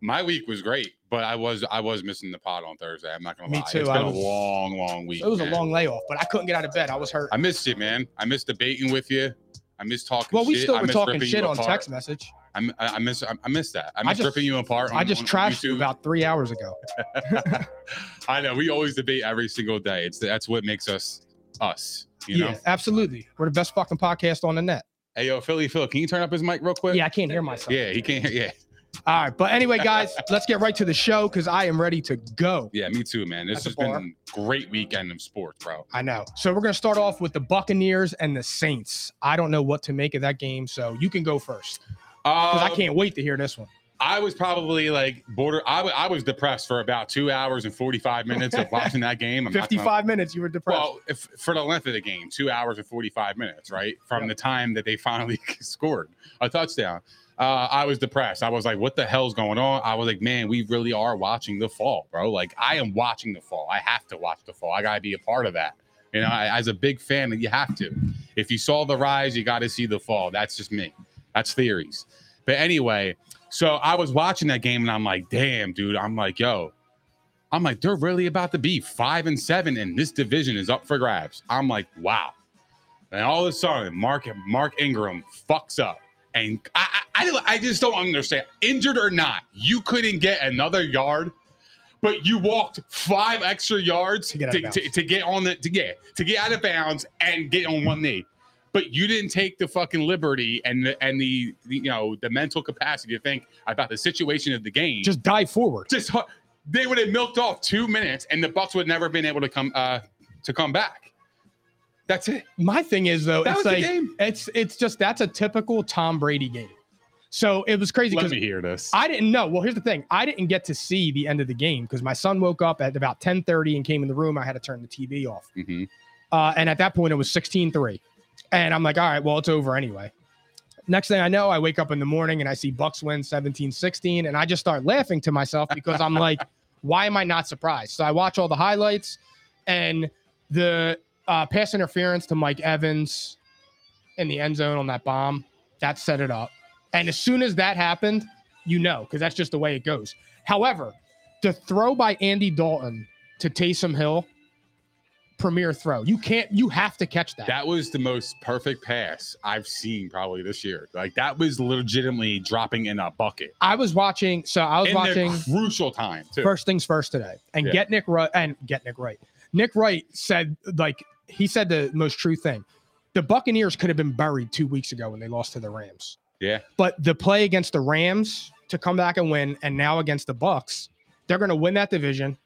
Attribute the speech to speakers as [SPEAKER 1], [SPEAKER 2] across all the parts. [SPEAKER 1] My week was great, but I was I was missing the pod on Thursday. I'm not gonna
[SPEAKER 2] Me
[SPEAKER 1] lie.
[SPEAKER 2] too,
[SPEAKER 1] It's been
[SPEAKER 2] I
[SPEAKER 1] a
[SPEAKER 2] was-
[SPEAKER 1] long, long week.
[SPEAKER 2] It was a
[SPEAKER 1] man.
[SPEAKER 2] long layoff, but I couldn't get out of bed. I was hurt.
[SPEAKER 1] I missed it, man. I missed debating with you. I missed talking.
[SPEAKER 2] Well, we
[SPEAKER 1] shit.
[SPEAKER 2] still
[SPEAKER 1] I
[SPEAKER 2] were
[SPEAKER 1] missed
[SPEAKER 2] talking
[SPEAKER 1] ripping
[SPEAKER 2] shit
[SPEAKER 1] you
[SPEAKER 2] on
[SPEAKER 1] apart.
[SPEAKER 2] text message.
[SPEAKER 1] I'm- I, I miss I, I miss that. I miss
[SPEAKER 2] just-
[SPEAKER 1] ripping you apart. On,
[SPEAKER 2] I just
[SPEAKER 1] on
[SPEAKER 2] trashed you
[SPEAKER 1] YouTube.
[SPEAKER 2] about three hours ago.
[SPEAKER 1] I know. We always debate every single day. It's that's what makes us us. You know.
[SPEAKER 2] yeah, absolutely. We're the best fucking podcast on the net.
[SPEAKER 1] Hey, yo, Philly, Phil, can you turn up his mic real quick?
[SPEAKER 2] Yeah, I can't hear myself.
[SPEAKER 1] Yeah, he can't. hear- Yeah,
[SPEAKER 2] All right, but anyway, guys, let's get right to the show because I am ready to go.
[SPEAKER 1] yeah, me too, man. This
[SPEAKER 2] At the
[SPEAKER 1] has been
[SPEAKER 2] bar.
[SPEAKER 1] a great weekend of sports, bro.
[SPEAKER 2] I know. So we're gonna start off with the Buccaneers and the Saints. I don't know what to make of that game, so you can go first because I
[SPEAKER 1] Um,
[SPEAKER 2] can't wait to hear this one.
[SPEAKER 1] I was probably like border. I wa- I was depressed for about two hours and forty five minutes of watching that game. I'm not gonna-
[SPEAKER 2] Fifty-five minutes, you were depressed.
[SPEAKER 1] Well, if, for the length of the game, two hours and forty five minutes, right from
[SPEAKER 2] Yeah.
[SPEAKER 1] the time that they finally scored a touchdown. Uh, I was depressed. I was like, "What the hell's going on?" I was like, "Man, we really are watching the fall, bro. Like, I am watching the fall. I have to watch the fall. I gotta be a part of that. You know, I, as a big fan, you have to. If you saw the rise, you got to see the fall. That's just me. That's theories. But anyway, so I was watching that game and I'm like, damn, dude. I'm like, yo, I'm like, they're really about to be five and seven, and this division is up for grabs. I'm like, wow. And all of a sudden, Mark Mark Ingram fucks up. And I, I, I don't- I just don't understand. Injured or not, you couldn't get another yard, but you walked five extra yards
[SPEAKER 2] To
[SPEAKER 1] to
[SPEAKER 2] get out
[SPEAKER 1] get,
[SPEAKER 2] of
[SPEAKER 1] to,
[SPEAKER 2] bounds.
[SPEAKER 1] to, get on the to get to get out of bounds and get on one knee. But you didn't take the fucking liberty and the, and the, the you know the mental capacity to think about the situation of the game
[SPEAKER 2] Just dive forward.
[SPEAKER 1] just hu- they would have milked off two minutes and the bucks would never have been able to come uh to come back that's it
[SPEAKER 2] My thing is though,
[SPEAKER 1] That
[SPEAKER 2] it's
[SPEAKER 1] was the
[SPEAKER 2] like
[SPEAKER 1] game.
[SPEAKER 2] it's it's just that's a typical Tom Brady game. So it was crazy
[SPEAKER 1] let
[SPEAKER 2] because
[SPEAKER 1] me hear this
[SPEAKER 2] I didn't know. Well, here's the thing. I didn't get to see the end of the game because my son woke up at about 10:30 and came in the room. I had to turn the TV off.
[SPEAKER 1] Mhm.
[SPEAKER 2] Uh, and at that point, it was 16 3. And I'm like, all right, well, it's over anyway. Next thing I know, I wake up in the morning and I see Bucks win 17 16. And I just start laughing to myself because I'm like, why am I not surprised? So I watch all the highlights and the uh, pass interference to Mike Evans in the end zone on that bomb that set it up. And as soon as that happened, you know, because that's just the way it goes. However, the throw by Andy Dalton to Taysom Hill, premier throw. You can't, you have to catch that.
[SPEAKER 1] that was the most perfect pass i've seen probably this year like that was legitimately dropping in a bucket
[SPEAKER 2] I was watching, so I was
[SPEAKER 1] in
[SPEAKER 2] watching
[SPEAKER 1] the crucial time too
[SPEAKER 2] First Things First today and
[SPEAKER 1] Yeah.
[SPEAKER 2] get Nick right and get Nick right. Nick Wright said, like, he said the most true thing. The Buccaneers could have been buried two weeks ago when they lost to the Rams.
[SPEAKER 1] Yeah.
[SPEAKER 2] But the play against the Rams to come back and win, and now against the Bucks, they're going to win that division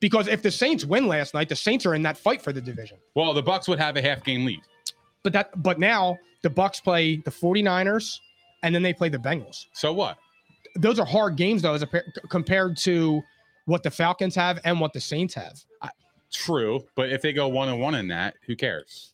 [SPEAKER 2] because if the Saints win last night, the Saints are in that fight for the division.
[SPEAKER 1] Well, the Bucks would have a half game lead.
[SPEAKER 2] But that, but now the Bucks play the 49ers, and then they play the Bengals.
[SPEAKER 1] So what?
[SPEAKER 2] Those are hard games though, as a, pair- compared to what the Falcons have and what the Saints have.
[SPEAKER 1] True, but if they go one and one in that, who cares?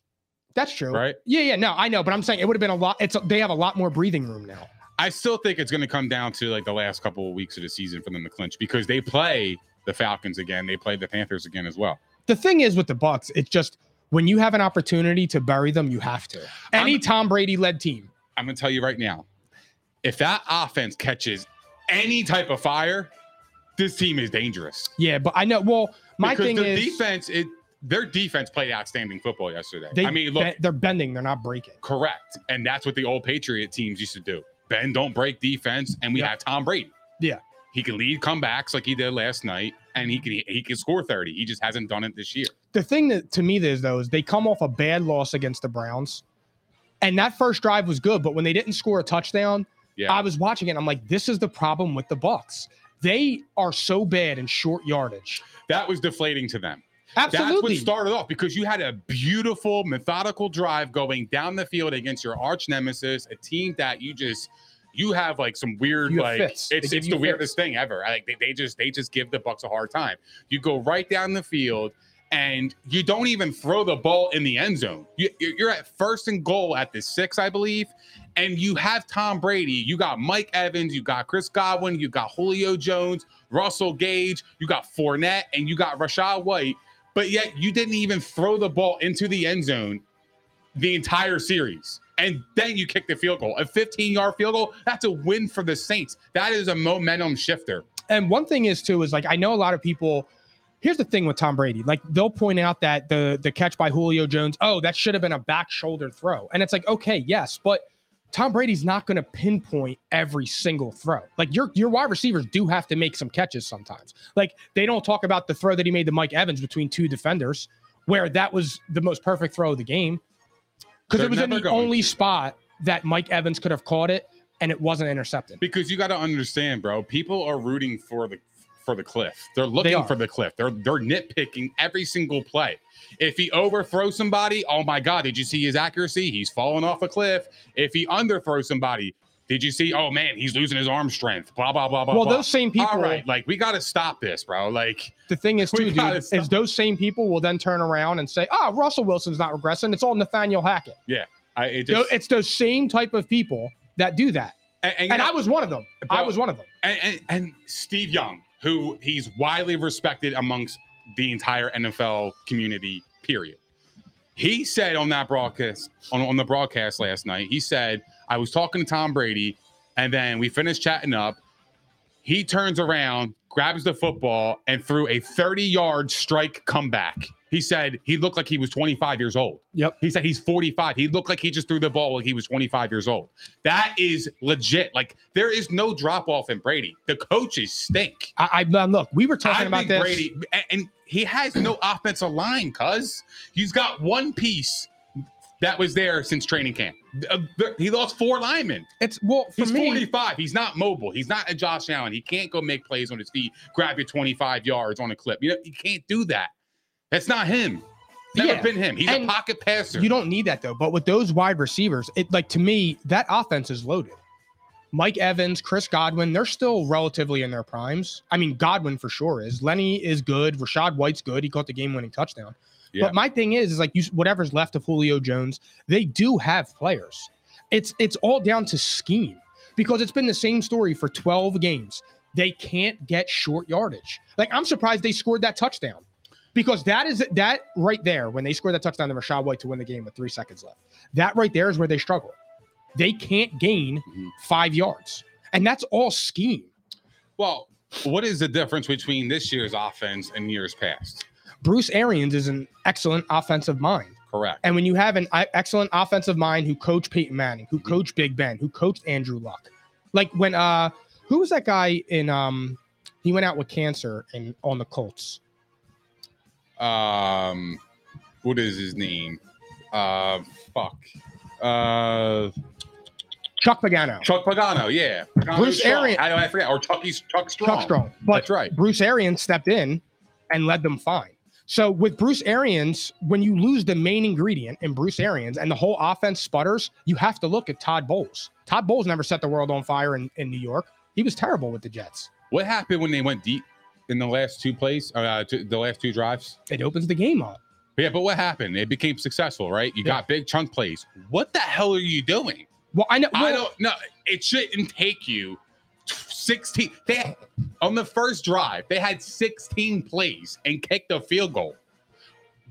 [SPEAKER 2] That's true,
[SPEAKER 1] Right?
[SPEAKER 2] Yeah, yeah. No, I know, but I'm saying it would have been a lot. It's they have a lot more breathing room now.
[SPEAKER 1] I still think it's going to come down to like the last couple of weeks of the season for them to clinch because they play the Falcons again, they play the Panthers again as well.
[SPEAKER 2] The thing is with the Bucks, it's just when you have an opportunity to bury them, you have to. Any
[SPEAKER 1] I'm-
[SPEAKER 2] Tom Brady led team.
[SPEAKER 1] I'm going to tell you right now, if that offense catches any type of fire, this team is dangerous.
[SPEAKER 2] Yeah, but I know. Well, my
[SPEAKER 1] because
[SPEAKER 2] thing
[SPEAKER 1] their
[SPEAKER 2] is
[SPEAKER 1] defense, it their defense played outstanding football yesterday.
[SPEAKER 2] they,
[SPEAKER 1] I mean, look,
[SPEAKER 2] be- they're bending, they're not breaking.
[SPEAKER 1] correct, and that's what the old Patriot teams used to do: bend, don't break defense, and we
[SPEAKER 2] Yeah.
[SPEAKER 1] have Tom Brady.
[SPEAKER 2] Yeah.
[SPEAKER 1] he can lead comebacks like he did last night, and he can he can score thirty. He just hasn't done it this year.
[SPEAKER 2] The thing that to me is though is they come off a bad loss against the Browns, and that first drive was good, but when they didn't score a touchdown,
[SPEAKER 1] Yeah.
[SPEAKER 2] I was watching it. I'm like, this is the problem with the Bucks. They are so bad in short yardage.
[SPEAKER 1] That was deflating to them. That's
[SPEAKER 2] Absolutely.
[SPEAKER 1] what started off because you had a beautiful, methodical drive going down the field against your arch nemesis, a team that you just you have like some weird
[SPEAKER 2] You have
[SPEAKER 1] like
[SPEAKER 2] fits. They
[SPEAKER 1] it's
[SPEAKER 2] give
[SPEAKER 1] it's
[SPEAKER 2] you
[SPEAKER 1] the
[SPEAKER 2] fits.
[SPEAKER 1] weirdest thing ever. Like they, they just they just give the Bucks a hard time. You go right down the field and you don't even throw the ball in the end zone. You, you're you're at first and goal at the six, I believe, and you have Tom Brady. You got Mike Evans. You got Chris Godwin. You got Julio Jones, Russell Gage. You got Fournette, and you got Rashad White but yet you didn't even throw the ball into the end zone the entire series. And then you kick the field goal. A 15 yard field goal, that's a win for the Saints. That is a momentum shifter.
[SPEAKER 2] and one thing is too is like I know a lot of people. Here's the thing with Tom Brady, like they'll point out that the the catch by Julio Jones, oh, that should have been a back shoulder throw, and it's like okay, yes, but Tom Brady's not going to pinpoint every single throw. Like your your wide receivers do have to make some catches sometimes. Like they don't talk about the throw that he made to Mike Evans between two defenders, where that was the most perfect throw of the game, because
[SPEAKER 1] They're
[SPEAKER 2] it was in
[SPEAKER 1] never
[SPEAKER 2] the
[SPEAKER 1] going
[SPEAKER 2] only
[SPEAKER 1] to.
[SPEAKER 2] spot that Mike Evans could have caught it and it wasn't intercepted.
[SPEAKER 1] Because you got to understand, bro, people are rooting for the for the cliff. They're looking
[SPEAKER 2] are.
[SPEAKER 1] for the cliff. They're they're nitpicking every single play. If he overthrows somebody, oh my god, did you see his accuracy? He's falling off a cliff. If he underthrows somebody, did you see? Oh man, he's losing his arm strength. Blah blah blah blah.
[SPEAKER 2] Well,
[SPEAKER 1] blah.
[SPEAKER 2] those same people-
[SPEAKER 1] All right, like we got to stop this, bro. Like
[SPEAKER 2] The thing is,
[SPEAKER 1] We
[SPEAKER 2] too,
[SPEAKER 1] gotta
[SPEAKER 2] dude,
[SPEAKER 1] stop.
[SPEAKER 2] is those same people will then turn around and say, "Ah, Russell Wilson's not regressing. It's all Nathaniel Hackett."
[SPEAKER 1] I it
[SPEAKER 2] Tho-
[SPEAKER 1] just,
[SPEAKER 2] It's those same type of people that do that,
[SPEAKER 1] and, and,
[SPEAKER 2] and I was one of them. I
[SPEAKER 1] Bro.
[SPEAKER 2] was one of them.
[SPEAKER 1] and, and, and Steve Young, who he's widely respected amongst the entire NFL community, period. He said on that broadcast, on, on the broadcast last night, he said, I was talking to Tom Brady, and then we finished chatting up. He turns around, grabs the football, and threw a 30 yard strike comeback. He said he looked like he was 25 years old.
[SPEAKER 2] Yep.
[SPEAKER 1] He said he's 45. He looked like he just threw the ball like he was 25 years old. That is legit. Like there is no drop off in Brady. The coaches stink.
[SPEAKER 2] I, I look, we were talking
[SPEAKER 1] I
[SPEAKER 2] about
[SPEAKER 1] think
[SPEAKER 2] this.
[SPEAKER 1] Brady and, and he has no offensive line, cuz he's got one piece that was there since training camp. Uh, there- He lost four linemen.
[SPEAKER 2] It's well for
[SPEAKER 1] He's
[SPEAKER 2] me.
[SPEAKER 1] 45. He's not mobile. He's not a Josh Allen. He can't go make plays on his feet, grab your 25 yards on a clip. You know, he can't do that. That's not him. Never
[SPEAKER 2] Yeah.
[SPEAKER 1] been him. He's
[SPEAKER 2] And
[SPEAKER 1] a pocket passer.
[SPEAKER 2] You don't need that though. But with those wide receivers, it like to me that offense is loaded. Mike Evans, Chris Godwin, they're still relatively in their primes. I mean, Godwin for sure is. Lenny is good. Rashad White's good. He caught the game-winning touchdown.
[SPEAKER 1] Yeah.
[SPEAKER 2] But my thing is, is like you, whatever's left of Julio Jones, they do have players. It's it's all down to scheme because it's been the same story for 12 games. They can't get short yardage. Like I'm surprised they scored that touchdown because that is that right there when they scored that touchdown to Rashad White to win the game with three seconds left. That right there is where they struggle. They can't gain
[SPEAKER 1] Mhm.
[SPEAKER 2] five yards, and that's all scheme.
[SPEAKER 1] Well, what is the difference between this year's offense and years past?
[SPEAKER 2] Bruce Arians is an excellent offensive mind.
[SPEAKER 1] Correct.
[SPEAKER 2] And when you have an i- excellent offensive mind who coached Peyton Manning, who coached Big Ben, who coached Andrew Luck, like when uh, who was that guy in um, he went out with cancer and on the Colts.
[SPEAKER 1] um, what is his name? Uh, fuck. Uh,
[SPEAKER 2] Chuck Pagano,
[SPEAKER 1] Chuck Pagano, yeah. Pagano
[SPEAKER 2] Bruce
[SPEAKER 1] Strong.
[SPEAKER 2] Arians.
[SPEAKER 1] I, I forget. Or Chucky's Chuck Strong.
[SPEAKER 2] Chuck Strong. But
[SPEAKER 1] That's right.
[SPEAKER 2] Bruce Arians stepped in and led them fine. So with Bruce Arians, when you lose the main ingredient in Bruce Arians and the whole offense sputters, you have to look at Todd Bowles. Todd Bowles never set the world on fire in, in New York. He was terrible with the Jets.
[SPEAKER 1] What happened when they went deep in the last two plays? Uh, two, the last two drives.
[SPEAKER 2] It opens the game up.
[SPEAKER 1] Yeah, but what happened? It became successful, right? You got big chunk plays. What the hell are you doing?
[SPEAKER 2] Well, I know.
[SPEAKER 1] I
[SPEAKER 2] well,
[SPEAKER 1] don't know. It shouldn't take you 16. They on the first drive, they had 16 plays and kicked a field goal.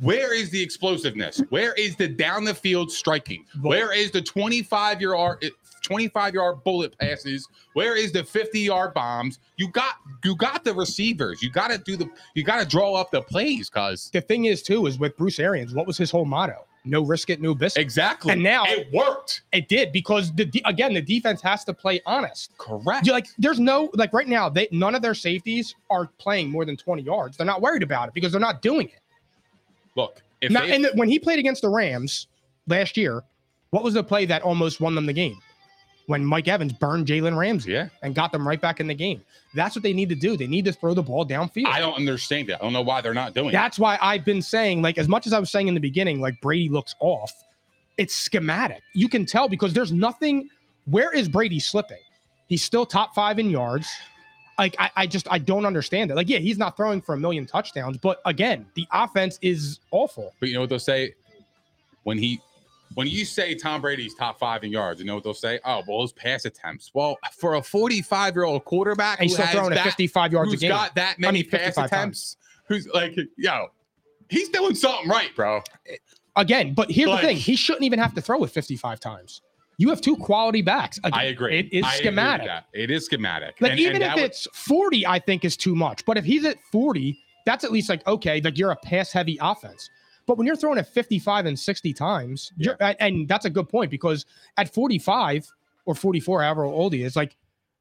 [SPEAKER 1] Where is the explosiveness? Where is the down the field striking? Where is the 25 yard 25 yard bullet passes? Where is the 50 yard bombs? You got you got the receivers. You got to do the you got to draw up the plays cuz
[SPEAKER 2] the thing is too is with Bruce Arians, what was his whole motto? No risk it, no biscuit.
[SPEAKER 1] exactly.
[SPEAKER 2] And now-
[SPEAKER 1] it worked.
[SPEAKER 2] It did because the de- again the defense has to play honest.
[SPEAKER 1] Correct.
[SPEAKER 2] You- like there's no like right now they none of their safeties are playing more than 20 yards. They're not worried about it because they're not doing it.
[SPEAKER 1] Look, if
[SPEAKER 2] Now,
[SPEAKER 1] they-
[SPEAKER 2] and when he played against the Rams last year, what was the play that almost won them the game? When Mike Evans burned Jalen Ramsey
[SPEAKER 1] yeah.
[SPEAKER 2] and got them right back in the game. That's what they need to do. They need to throw the ball downfield.
[SPEAKER 1] I don't understand that. I don't know why they're not doing it.
[SPEAKER 2] That's why I've been saying, like, as much as I was saying in the beginning, like Brady looks off. It's schematic. You can tell because there's nothing. Where is Brady slipping? He's still top five in yards. Like, I, I just I don't understand it. Like, yeah, he's not throwing for a million touchdowns, but again, the offense is awful.
[SPEAKER 1] But you know what they'll say when he when you say Tom Brady's top five in yards, you know what they'll say? Oh, well, his pass attempts. Well, for a 45 year old quarterback
[SPEAKER 2] And he's
[SPEAKER 1] who
[SPEAKER 2] still
[SPEAKER 1] has
[SPEAKER 2] throwing at
[SPEAKER 1] that-
[SPEAKER 2] 55 yards a
[SPEAKER 1] who's
[SPEAKER 2] game.
[SPEAKER 1] got that many
[SPEAKER 2] mean,
[SPEAKER 1] pass
[SPEAKER 2] 55
[SPEAKER 1] attempts, who's like, yo, he's doing something right, bro.
[SPEAKER 2] again, but here's
[SPEAKER 1] Like-
[SPEAKER 2] the thing: he shouldn't even have to throw it 55 times. You have two quality backs. Again,
[SPEAKER 1] I agree.
[SPEAKER 2] It is
[SPEAKER 1] I agree with
[SPEAKER 2] schematic.
[SPEAKER 1] that. It is schematic.
[SPEAKER 2] Like
[SPEAKER 1] And-
[SPEAKER 2] even
[SPEAKER 1] and that
[SPEAKER 2] if
[SPEAKER 1] would-
[SPEAKER 2] it's 40, I think is too much. But if he's at 40, that's at least like okay, like you're a pass heavy offense. But when you're throwing at 55 and 60 times, you're and- and that's a good point because at 45 or 44, however old he is, like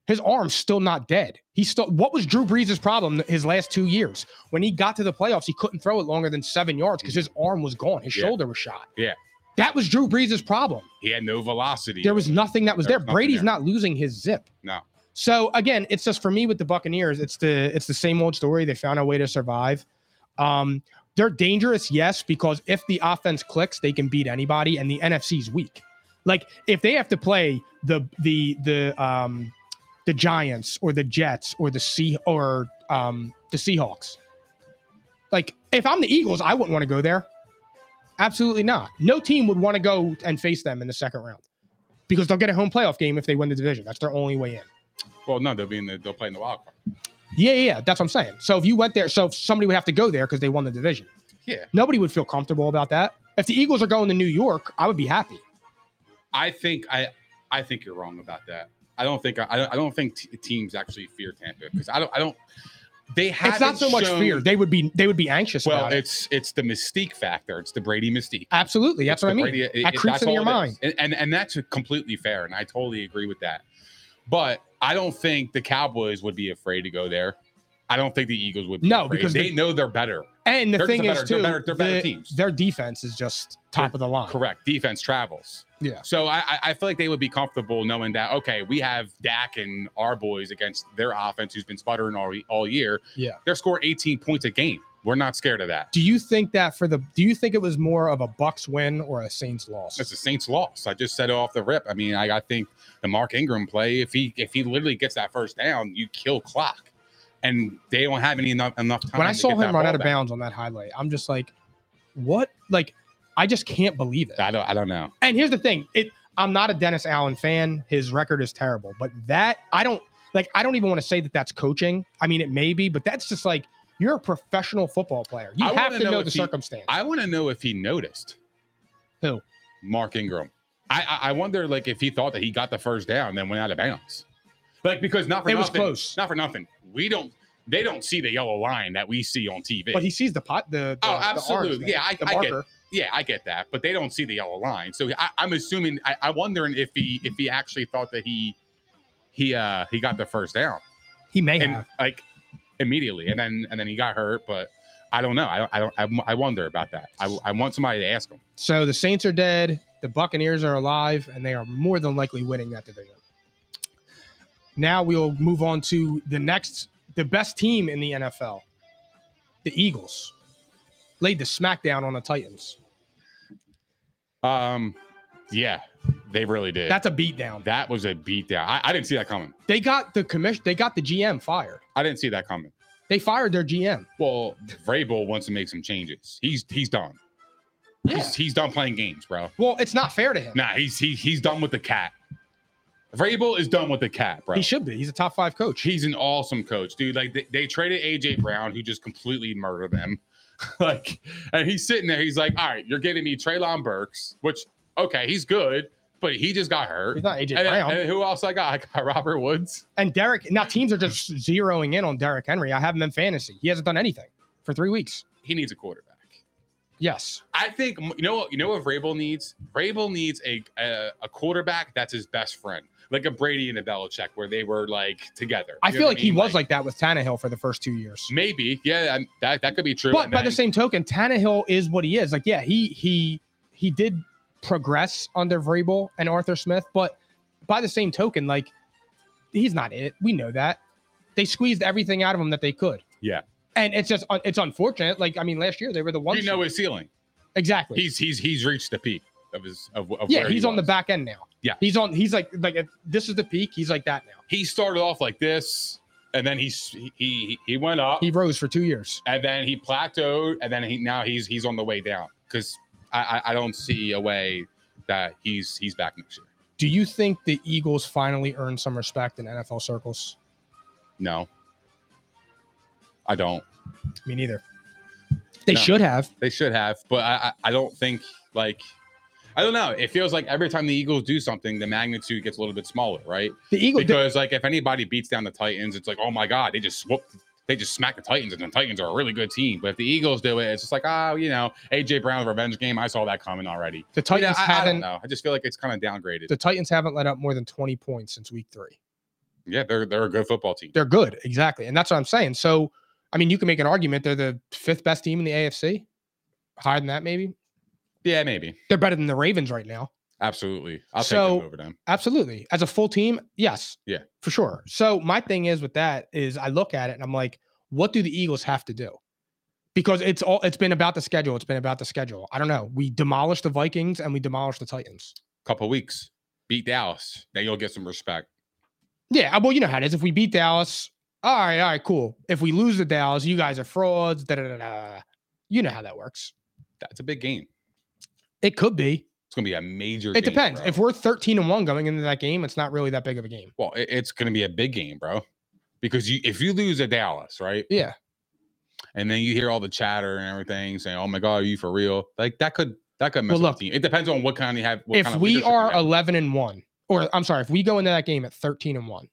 [SPEAKER 2] his arm's still not dead. He's still what was Drew Brees' problem his last two years? When he got to the playoffs, he couldn't throw it longer than seven yards because his arm was gone. His
[SPEAKER 1] Yeah.
[SPEAKER 2] shoulder was shot.
[SPEAKER 1] Yeah.
[SPEAKER 2] That was Drew Brees' problem.
[SPEAKER 1] he had no velocity.
[SPEAKER 2] There was nothing that was
[SPEAKER 1] There
[SPEAKER 2] there.
[SPEAKER 1] was nothing
[SPEAKER 2] Brady's
[SPEAKER 1] there.
[SPEAKER 2] not losing his zip.
[SPEAKER 1] no.
[SPEAKER 2] So again, it's just for me with the Buccaneers, it's the it's the same old story. They found a way to survive. Um, they're dangerous, yes, because if the offense clicks, they can beat anybody, and the NFC's weak. Like if they have to play the the the um the Giants or the Jets or the Sea or um the Seahawks. Like if I'm the Eagles, I wouldn't want to go there. Absolutely not. No team would want to go and face them in the second round because they'll get a home playoff game if they win the division. That's their only way in.
[SPEAKER 1] Well, no, they'll be in the they'll play in the wild card.
[SPEAKER 2] Yeah, yeah, yeah, that's what I'm saying. So if you went there, so if somebody would have to go there because they won the division.
[SPEAKER 1] Yeah.
[SPEAKER 2] Nobody would feel comfortable about that. If the Eagles are going to New York, I would be happy.
[SPEAKER 1] I think I I think you're wrong about that. I don't think I, don't- I don't think t- teams actually fear Tampa because I don't I don't they have
[SPEAKER 2] It's not so much fear. They would be they would be anxious
[SPEAKER 1] well,
[SPEAKER 2] about it.
[SPEAKER 1] it's it's the mystique factor. It's the Brady mystique.
[SPEAKER 2] Absolutely. That's
[SPEAKER 1] It's
[SPEAKER 2] what
[SPEAKER 1] the
[SPEAKER 2] I mean.
[SPEAKER 1] Brady- it-
[SPEAKER 2] that
[SPEAKER 1] it-
[SPEAKER 2] creeps
[SPEAKER 1] that's
[SPEAKER 2] in your
[SPEAKER 1] all it is.
[SPEAKER 2] mind.
[SPEAKER 1] and, and and that's completely fair, and I totally agree with that. But I don't think the Cowboys would be afraid to go there. I don't think the Eagles would. Be
[SPEAKER 2] No,
[SPEAKER 1] afraid.
[SPEAKER 2] because
[SPEAKER 1] they
[SPEAKER 2] the-
[SPEAKER 1] know they're better.
[SPEAKER 2] And the
[SPEAKER 1] They're just
[SPEAKER 2] thing
[SPEAKER 1] a
[SPEAKER 2] is
[SPEAKER 1] better-
[SPEAKER 2] too
[SPEAKER 1] they're better- they're better
[SPEAKER 2] the-
[SPEAKER 1] teams.
[SPEAKER 2] their defense is just top of the line.
[SPEAKER 1] Correct. Defense travels.
[SPEAKER 2] Yeah.
[SPEAKER 1] So I, I- I feel like they would be comfortable knowing that okay, we have Dak and our boys against their offense who's been sputtering all ye- all year.
[SPEAKER 2] Yeah.
[SPEAKER 1] They're scoring 18 points a game. We're not scared of that.
[SPEAKER 2] Do you think that for the do you think it was more of a Bucks win or a Saints loss?
[SPEAKER 1] It's the Saints loss. I just said it off the rip. I mean, I, I think the Mark Ingram play, if he if he literally gets that first down, you kill clock. And they don't have any enough enough time.
[SPEAKER 2] when I
[SPEAKER 1] to
[SPEAKER 2] saw
[SPEAKER 1] get that
[SPEAKER 2] him run
[SPEAKER 1] ball
[SPEAKER 2] out of
[SPEAKER 1] back.
[SPEAKER 2] bounds on that highlight, I'm just like, what? Like, I just can't believe it.
[SPEAKER 1] I don't I don't know.
[SPEAKER 2] And here's the thing: it. I'm not a Dennis Allen fan. His record is terrible, but that I don't like. I don't even want to say that that's coaching. I mean, it may be, but that's just like you're a professional football player. You
[SPEAKER 1] I
[SPEAKER 2] have
[SPEAKER 1] wanna
[SPEAKER 2] to
[SPEAKER 1] know
[SPEAKER 2] know,
[SPEAKER 1] if
[SPEAKER 2] the
[SPEAKER 1] he-
[SPEAKER 2] circumstance.
[SPEAKER 1] I want to know if he noticed.
[SPEAKER 2] Who?
[SPEAKER 1] Mark Ingram. I, I I wonder like if he thought that he got the first down, then went out of bounds. Like because not for
[SPEAKER 2] It was
[SPEAKER 1] nothing,
[SPEAKER 2] close.
[SPEAKER 1] Not for nothing. We don't. They don't see the yellow line that we see on TV.
[SPEAKER 2] but he sees the pot. The, the
[SPEAKER 1] Oh,
[SPEAKER 2] the orange
[SPEAKER 1] absolutely.
[SPEAKER 2] thing,
[SPEAKER 1] Yeah, I-
[SPEAKER 2] the
[SPEAKER 1] I get
[SPEAKER 2] marker.
[SPEAKER 1] yeah, I get that, but they don't see the yellow line. So I, I'm assuming. I, I'm wondering if he if he actually thought that he he uh he got the first down
[SPEAKER 2] He may
[SPEAKER 1] and
[SPEAKER 2] have.
[SPEAKER 1] like immediately, and then and then he got hurt. But I don't know. I I don't. I, I wonder about that. I, I want somebody to ask him.
[SPEAKER 2] So the Saints are dead, the Buccaneers are alive, and they are more than likely winning that division. Now we'll move on to the next, the best team in the NFL. The Eagles laid the smackdown on the Titans.
[SPEAKER 1] Um, yeah, they really did.
[SPEAKER 2] That's a beatdown.
[SPEAKER 1] that was a beatdown. I, I didn't see that coming.
[SPEAKER 2] They got the commission. They got the GM fired.
[SPEAKER 1] I didn't see that coming.
[SPEAKER 2] They fired their GM.
[SPEAKER 1] Well, Vrabel wants to make some changes. He's he's done. He's, he's done playing games, bro.
[SPEAKER 2] Well, it's not fair to him.
[SPEAKER 1] Nah, he's he, he's done with the cat. Vrabel is done with the cat, bro.
[SPEAKER 2] He should be. He's a top five coach.
[SPEAKER 1] He's an awesome coach, dude. Like they, they traded AJ Brown, who just completely murdered them. like, and he's sitting there. He's like, "All right, you're getting me Traylon Burks, which okay, he's good, but he just got hurt.
[SPEAKER 2] He's not AJ
[SPEAKER 1] and,
[SPEAKER 2] Brown.
[SPEAKER 1] and who else I got? I got Robert Woods.
[SPEAKER 2] And Derek, now teams are just zeroing in on Derek Henry. I have him in fantasy. He hasn't done anything for three weeks.
[SPEAKER 1] He needs a quarterback.
[SPEAKER 2] Yes.
[SPEAKER 1] I think you know what you know what Vrabel needs. Vrabel needs a, a a quarterback that's his best friend, like a Brady and a Belichick, where they were like together.
[SPEAKER 2] I
[SPEAKER 1] You know
[SPEAKER 2] feel
[SPEAKER 1] what
[SPEAKER 2] like he
[SPEAKER 1] mean?
[SPEAKER 2] was like that with Tannehill for the first two years.
[SPEAKER 1] maybe yeah I'm- that that could be true.
[SPEAKER 2] But
[SPEAKER 1] And
[SPEAKER 2] by the
[SPEAKER 1] then-
[SPEAKER 2] same token, Tannehill is what he is. Like, yeah, he he he did progress under Vrabel and Arthur Smith, but by the same token, like he's not it. We know that. They squeezed everything out of him that they could.
[SPEAKER 1] Yeah.
[SPEAKER 2] And it's just it's unfortunate. Like, I mean, last year they were the ones
[SPEAKER 1] you know his ceiling.
[SPEAKER 2] exactly.
[SPEAKER 1] He's he's he's reached the peak of his of, of
[SPEAKER 2] yeah,
[SPEAKER 1] where he
[SPEAKER 2] he's on the
[SPEAKER 1] was.
[SPEAKER 2] back end now.
[SPEAKER 1] Yeah.
[SPEAKER 2] He's on he's like like if this is the peak, he's like that now.
[SPEAKER 1] He started off like this, and then he's he he, he went up,
[SPEAKER 2] He rose for two years.
[SPEAKER 1] and then he plateaued, and then he now he's he's on the way down because I, I I don't see a way that he's he's back next year.
[SPEAKER 2] Do you think the Eagles finally earned some respect in NFL circles?
[SPEAKER 1] No, I don't.
[SPEAKER 2] Me neither. They
[SPEAKER 1] No.
[SPEAKER 2] should have.
[SPEAKER 1] They should have, but I I, I don't think like. I don't know. It feels like every time the Eagles do something, the magnitude gets a little bit smaller, right?
[SPEAKER 2] The Eagles
[SPEAKER 1] because like if anybody beats down the Titans, it's like oh my god, they just whooped, they just smacked the Titans, and the Titans are a really good team. But if the Eagles do it, it's just like oh you know AJ Brown's revenge game. I saw that coming already.
[SPEAKER 2] the
[SPEAKER 1] You know,
[SPEAKER 2] Titans
[SPEAKER 1] I, I don't
[SPEAKER 2] haven't
[SPEAKER 1] know. I just feel like it's kind of downgraded.
[SPEAKER 2] the Titans haven't let up more than 20 points since week three.
[SPEAKER 1] yeah, they're they're a good football team.
[SPEAKER 2] They're good. Exactly. And that's what I'm saying. So I mean you can make an argument they're the fifth best team in the AFC. Higher than that, maybe.
[SPEAKER 1] Yeah, maybe
[SPEAKER 2] They're better than the Ravens right now.
[SPEAKER 1] absolutely. I'll
[SPEAKER 2] So-
[SPEAKER 1] take them over them.
[SPEAKER 2] Absolutely. As a full team, yes.
[SPEAKER 1] Yeah.
[SPEAKER 2] For sure. So my thing is with that is I look at it and I'm like, what do the Eagles have to do? Because it's all it's been about the schedule. It's been about the schedule. I don't know. We demolished the Vikings and we demolished the Titans.
[SPEAKER 1] Couple weeks, beat Dallas, then you'll get some respect.
[SPEAKER 2] Yeah. Well, you know how it is. If we beat Dallas, all right, all right, cool. If we lose to Dallas, you guys are frauds. Da da da da. You know how that works.
[SPEAKER 1] That's a big game.
[SPEAKER 2] It could be.
[SPEAKER 1] It's gonna be a major. game,
[SPEAKER 2] It depends.
[SPEAKER 1] bro.
[SPEAKER 2] If we're 13 and one going into that game, it's not really that big of a game.
[SPEAKER 1] well, it- it's gonna be a big game, bro. Because you, if you lose at Dallas, right?
[SPEAKER 2] Yeah.
[SPEAKER 1] and then you hear all the chatter and everything saying, "Oh my god, are you for real?" Like that could that could mess
[SPEAKER 2] Well,
[SPEAKER 1] up the team. It depends on what kind you have. What
[SPEAKER 2] if
[SPEAKER 1] kind of
[SPEAKER 2] we
[SPEAKER 1] leadership you
[SPEAKER 2] are
[SPEAKER 1] have.
[SPEAKER 2] 11 and 1 or i'm sorry if we go into that game at 13 and 1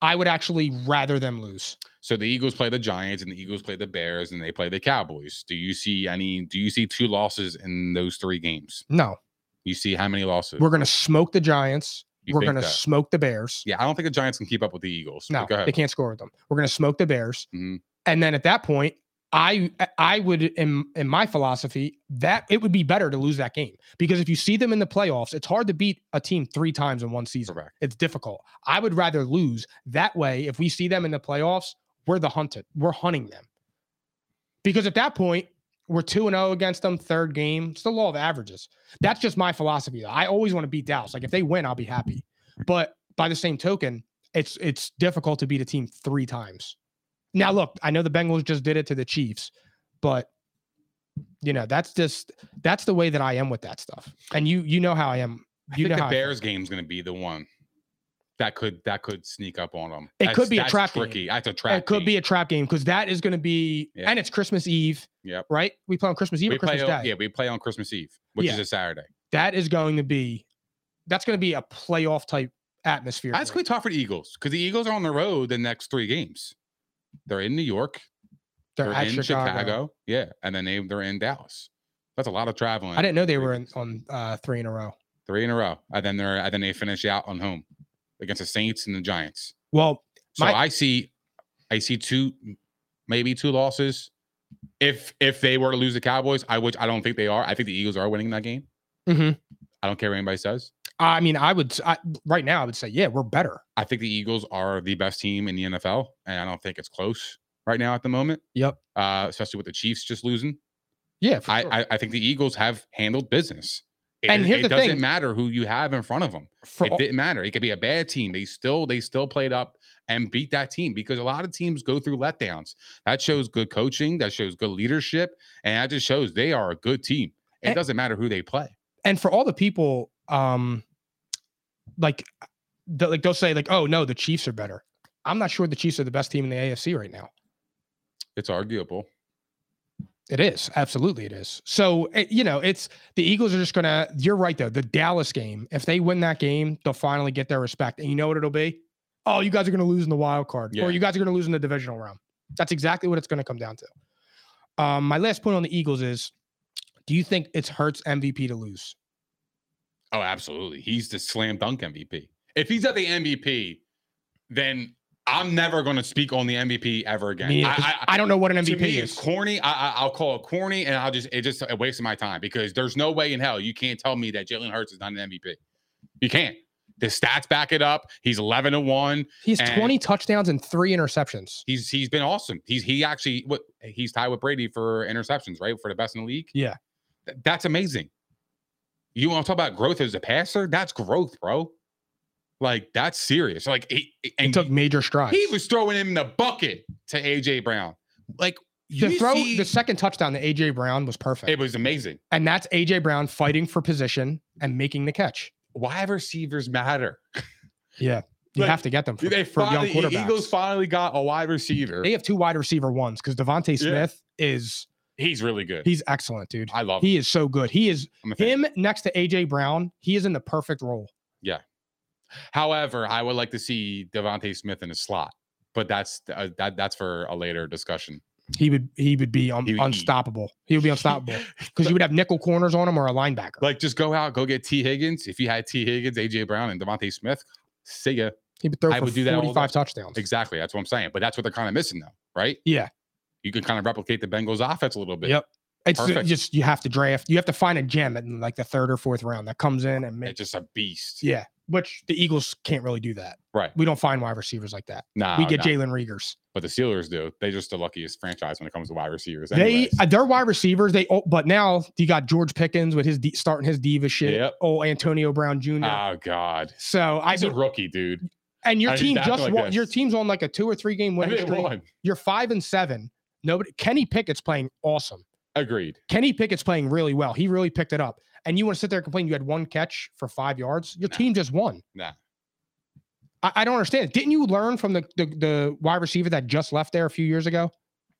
[SPEAKER 2] i would actually rather them lose
[SPEAKER 1] so the Eagles play the Giants and the Eagles play the Bears and they play the Cowboys. Do you see any? Do you see two losses in those three games?
[SPEAKER 2] no
[SPEAKER 1] You see how many losses?
[SPEAKER 2] we're gonna smoke the giants
[SPEAKER 1] You
[SPEAKER 2] we're
[SPEAKER 1] think
[SPEAKER 2] gonna
[SPEAKER 1] that-
[SPEAKER 2] smoke the bears
[SPEAKER 1] Yeah, I don't think the Giants can keep up with the Eagles. but
[SPEAKER 2] no they can't score with them we're gonna smoke the bears
[SPEAKER 1] Mhm.
[SPEAKER 2] and then at that point i i would in in my philosophy that it would be better to lose that game because if you see them in the playoffs it's hard to beat a team three times in one season
[SPEAKER 1] Correct.
[SPEAKER 2] it's difficult i would rather lose that way if we see them in the playoffs we're the hunted we're hunting them because at that point we're 2 and 0 against them third game it's the law of averages that's just my philosophy though. i always want to beat dallas like if they win i'll be happy but by the same token it's it's difficult to beat a team 3 times now look i know the bengals just did it to the chiefs but you know that's just that's the way that i am with that stuff and you you know how i am
[SPEAKER 1] I
[SPEAKER 2] you
[SPEAKER 1] think
[SPEAKER 2] know
[SPEAKER 1] the
[SPEAKER 2] how I feel.
[SPEAKER 1] Bears game's going to be the one that could that could sneak up on them.
[SPEAKER 2] It could be a
[SPEAKER 1] that's
[SPEAKER 2] trap game.
[SPEAKER 1] Tricky. That's a trap.
[SPEAKER 2] It could
[SPEAKER 1] game.
[SPEAKER 2] be a trap game because that is going to be,
[SPEAKER 1] Yeah.
[SPEAKER 2] and it's Christmas Eve,
[SPEAKER 1] Yep.
[SPEAKER 2] right? We play on Christmas Eve
[SPEAKER 1] We
[SPEAKER 2] or
[SPEAKER 1] play
[SPEAKER 2] Christmas
[SPEAKER 1] on,
[SPEAKER 2] Day.
[SPEAKER 1] yeah, we play on Christmas Eve, which
[SPEAKER 2] Yeah.
[SPEAKER 1] is a Saturday.
[SPEAKER 2] That is going to be, that's going to be a playoff type atmosphere.
[SPEAKER 1] That's
[SPEAKER 2] for
[SPEAKER 1] going
[SPEAKER 2] it.
[SPEAKER 1] to be tough for the Eagles because the Eagles are on the road the next three games. They're in New York,
[SPEAKER 2] They're,
[SPEAKER 1] they're,
[SPEAKER 2] at
[SPEAKER 1] in Chicago. yeah, and then they, they're in Dallas. That's a lot of traveling.
[SPEAKER 2] I didn't know they
[SPEAKER 1] Three
[SPEAKER 2] were in,
[SPEAKER 1] games.
[SPEAKER 2] on uh, three in a row.
[SPEAKER 1] three in a row, and then they're and then they finish out on home against the Saints and the Giants.
[SPEAKER 2] Well,
[SPEAKER 1] So
[SPEAKER 2] My-
[SPEAKER 1] I see, I see two, maybe two losses, If if they were to lose the Cowboys, I which I don't think they are. I think the Eagles are winning that game. Mm-hmm.
[SPEAKER 2] Mhm.
[SPEAKER 1] I don't care what anybody says.
[SPEAKER 2] I mean, I would s- I, right now. I would say, yeah, we're better.
[SPEAKER 1] I think the Eagles are the best team in the NFL, and I don't think it's close right now at the moment.
[SPEAKER 2] Yep.
[SPEAKER 1] Uh, especially with the Chiefs just losing.
[SPEAKER 2] Yeah. For
[SPEAKER 1] I,
[SPEAKER 2] sure.
[SPEAKER 1] I I think the Eagles have handled business. It,
[SPEAKER 2] And
[SPEAKER 1] is-
[SPEAKER 2] here's
[SPEAKER 1] it
[SPEAKER 2] the
[SPEAKER 1] doesn't
[SPEAKER 2] thing.
[SPEAKER 1] matter who you have in front of them.
[SPEAKER 2] For
[SPEAKER 1] it
[SPEAKER 2] all-
[SPEAKER 1] didn't matter. It could be a bad team. They still they still played up and beat that team because a lot of teams go through letdowns. That shows good coaching. That shows good leadership, and that just shows they are a good team. It
[SPEAKER 2] And-
[SPEAKER 1] doesn't matter who they play.
[SPEAKER 2] and for all the people, um, like, th- like they'll say like, oh no, the Chiefs are better. I'm not sure the Chiefs are the best team in the AFC right now.
[SPEAKER 1] It's arguable.
[SPEAKER 2] It is absolutely it is. So it, you know, it's the Eagles are just gonna. You're right though. The Dallas game, if they win that game, they'll finally get their respect. And you know what it'll be? Oh, you guys are gonna lose in the wild card,
[SPEAKER 1] Yeah.
[SPEAKER 2] or you guys are gonna lose in the divisional round. That's exactly what it's gonna come down to. Um, my last point on the Eagles is: Do you think it's Hurts MVP to lose?
[SPEAKER 1] Oh, absolutely. He's the slam dunk MVP. If he's at the MVP, then I'm never going to speak on the MVP ever again.
[SPEAKER 2] Me- 'cause I don't know what an
[SPEAKER 1] to
[SPEAKER 2] MVP
[SPEAKER 1] me,
[SPEAKER 2] is.
[SPEAKER 1] It's corny. I, I, I'll call it corny, and I'll just it just a waste of my time because there's no way in hell you can't tell me that Jalen Hurts is not an MVP. You can't. The stats back it up. He's 11 to one.
[SPEAKER 2] He has
[SPEAKER 1] And-
[SPEAKER 2] 20 touchdowns and three interceptions.
[SPEAKER 1] He's he's been awesome. He's he actually what he's tied with Brady for interceptions, right? For the best in the league.
[SPEAKER 2] Yeah.
[SPEAKER 1] Th- that's amazing. You want to talk about growth as a passer? That's growth, bro. Like that's serious. Like he,
[SPEAKER 2] He
[SPEAKER 1] and
[SPEAKER 2] took major strides.
[SPEAKER 1] he was throwing him the bucket to AJ Brown. Like
[SPEAKER 2] the
[SPEAKER 1] you
[SPEAKER 2] throw,
[SPEAKER 1] see-
[SPEAKER 2] the second touchdown to AJ Brown was perfect,
[SPEAKER 1] it was amazing.
[SPEAKER 2] and that's AJ Brown fighting for position and making the catch.
[SPEAKER 1] Wide receivers matter.
[SPEAKER 2] Yeah, you
[SPEAKER 1] Like,
[SPEAKER 2] have to get them for,
[SPEAKER 1] They
[SPEAKER 2] for young
[SPEAKER 1] finally, the
[SPEAKER 2] quarterbacks.
[SPEAKER 1] Eagles finally got a wide receiver.
[SPEAKER 2] they have two wide receiver ones because Devontae
[SPEAKER 1] Yeah.
[SPEAKER 2] Smith is
[SPEAKER 1] He's really good.
[SPEAKER 2] he's excellent, dude.
[SPEAKER 1] I love him.
[SPEAKER 2] He is so good. He is
[SPEAKER 1] I'm a fan.
[SPEAKER 2] him next to AJ Brown. He is in the perfect role.
[SPEAKER 1] However, I would like to see Devontae Smith in a slot, but that's uh, that that's for a later discussion.
[SPEAKER 2] He would he would be um,
[SPEAKER 1] He- he-
[SPEAKER 2] unstoppable. He would be unstoppable because you would have nickel corners on him or a linebacker.
[SPEAKER 1] Like, just go out, go get T. Higgins. If you had T. Higgins, AJ Brown, and Devontae Smith, see ya.
[SPEAKER 2] he would throw
[SPEAKER 1] I
[SPEAKER 2] for
[SPEAKER 1] would do that all
[SPEAKER 2] 45 touchdowns.
[SPEAKER 1] Exactly. That's what I'm saying. But that's what they're kind of missing, though, right?
[SPEAKER 2] Yeah.
[SPEAKER 1] You can kind of replicate the Bengals' offense a little bit.
[SPEAKER 2] Yep. It's
[SPEAKER 1] Perfect.
[SPEAKER 2] just you have to draft. You have to find a gem in like the third or fourth round that comes in
[SPEAKER 1] It's
[SPEAKER 2] and makes.
[SPEAKER 1] just a beast.
[SPEAKER 2] Yeah, which the Eagles can't really do that.
[SPEAKER 1] Right. Oh,
[SPEAKER 2] We don't find wide receivers like that.
[SPEAKER 1] Nah,
[SPEAKER 2] we get
[SPEAKER 1] nah.
[SPEAKER 2] Jalen Reagers.
[SPEAKER 1] But the Steelers do. They're just the luckiest franchise when it comes to wide receivers.
[SPEAKER 2] They
[SPEAKER 1] anyways.
[SPEAKER 2] uh, they're wide receivers. They all but now you got George Pickens with his D, starting his diva shit.
[SPEAKER 1] Yep.
[SPEAKER 2] Oh, Antonio Brown Jr.
[SPEAKER 1] oh God.
[SPEAKER 2] so I
[SPEAKER 1] He's a rookie, dude.
[SPEAKER 2] and your
[SPEAKER 1] I mean,
[SPEAKER 2] team
[SPEAKER 1] that's
[SPEAKER 2] just
[SPEAKER 1] like
[SPEAKER 2] won,
[SPEAKER 1] a-
[SPEAKER 2] your team's on like a two or three game
[SPEAKER 1] And
[SPEAKER 2] winning
[SPEAKER 1] they
[SPEAKER 2] streak.
[SPEAKER 1] won.
[SPEAKER 2] You're five and seven. Nobody Kenny Pickett's playing awesome.
[SPEAKER 1] Agreed.
[SPEAKER 2] Kenny Pickett's playing really well. He really picked it up. And you want to sit there and complain you had one catch for five yards? Your
[SPEAKER 1] Nah.
[SPEAKER 2] team just won.
[SPEAKER 1] Nah.
[SPEAKER 2] I, I don't understand. Didn't you learn from the, the the wide receiver that just left there a few years ago?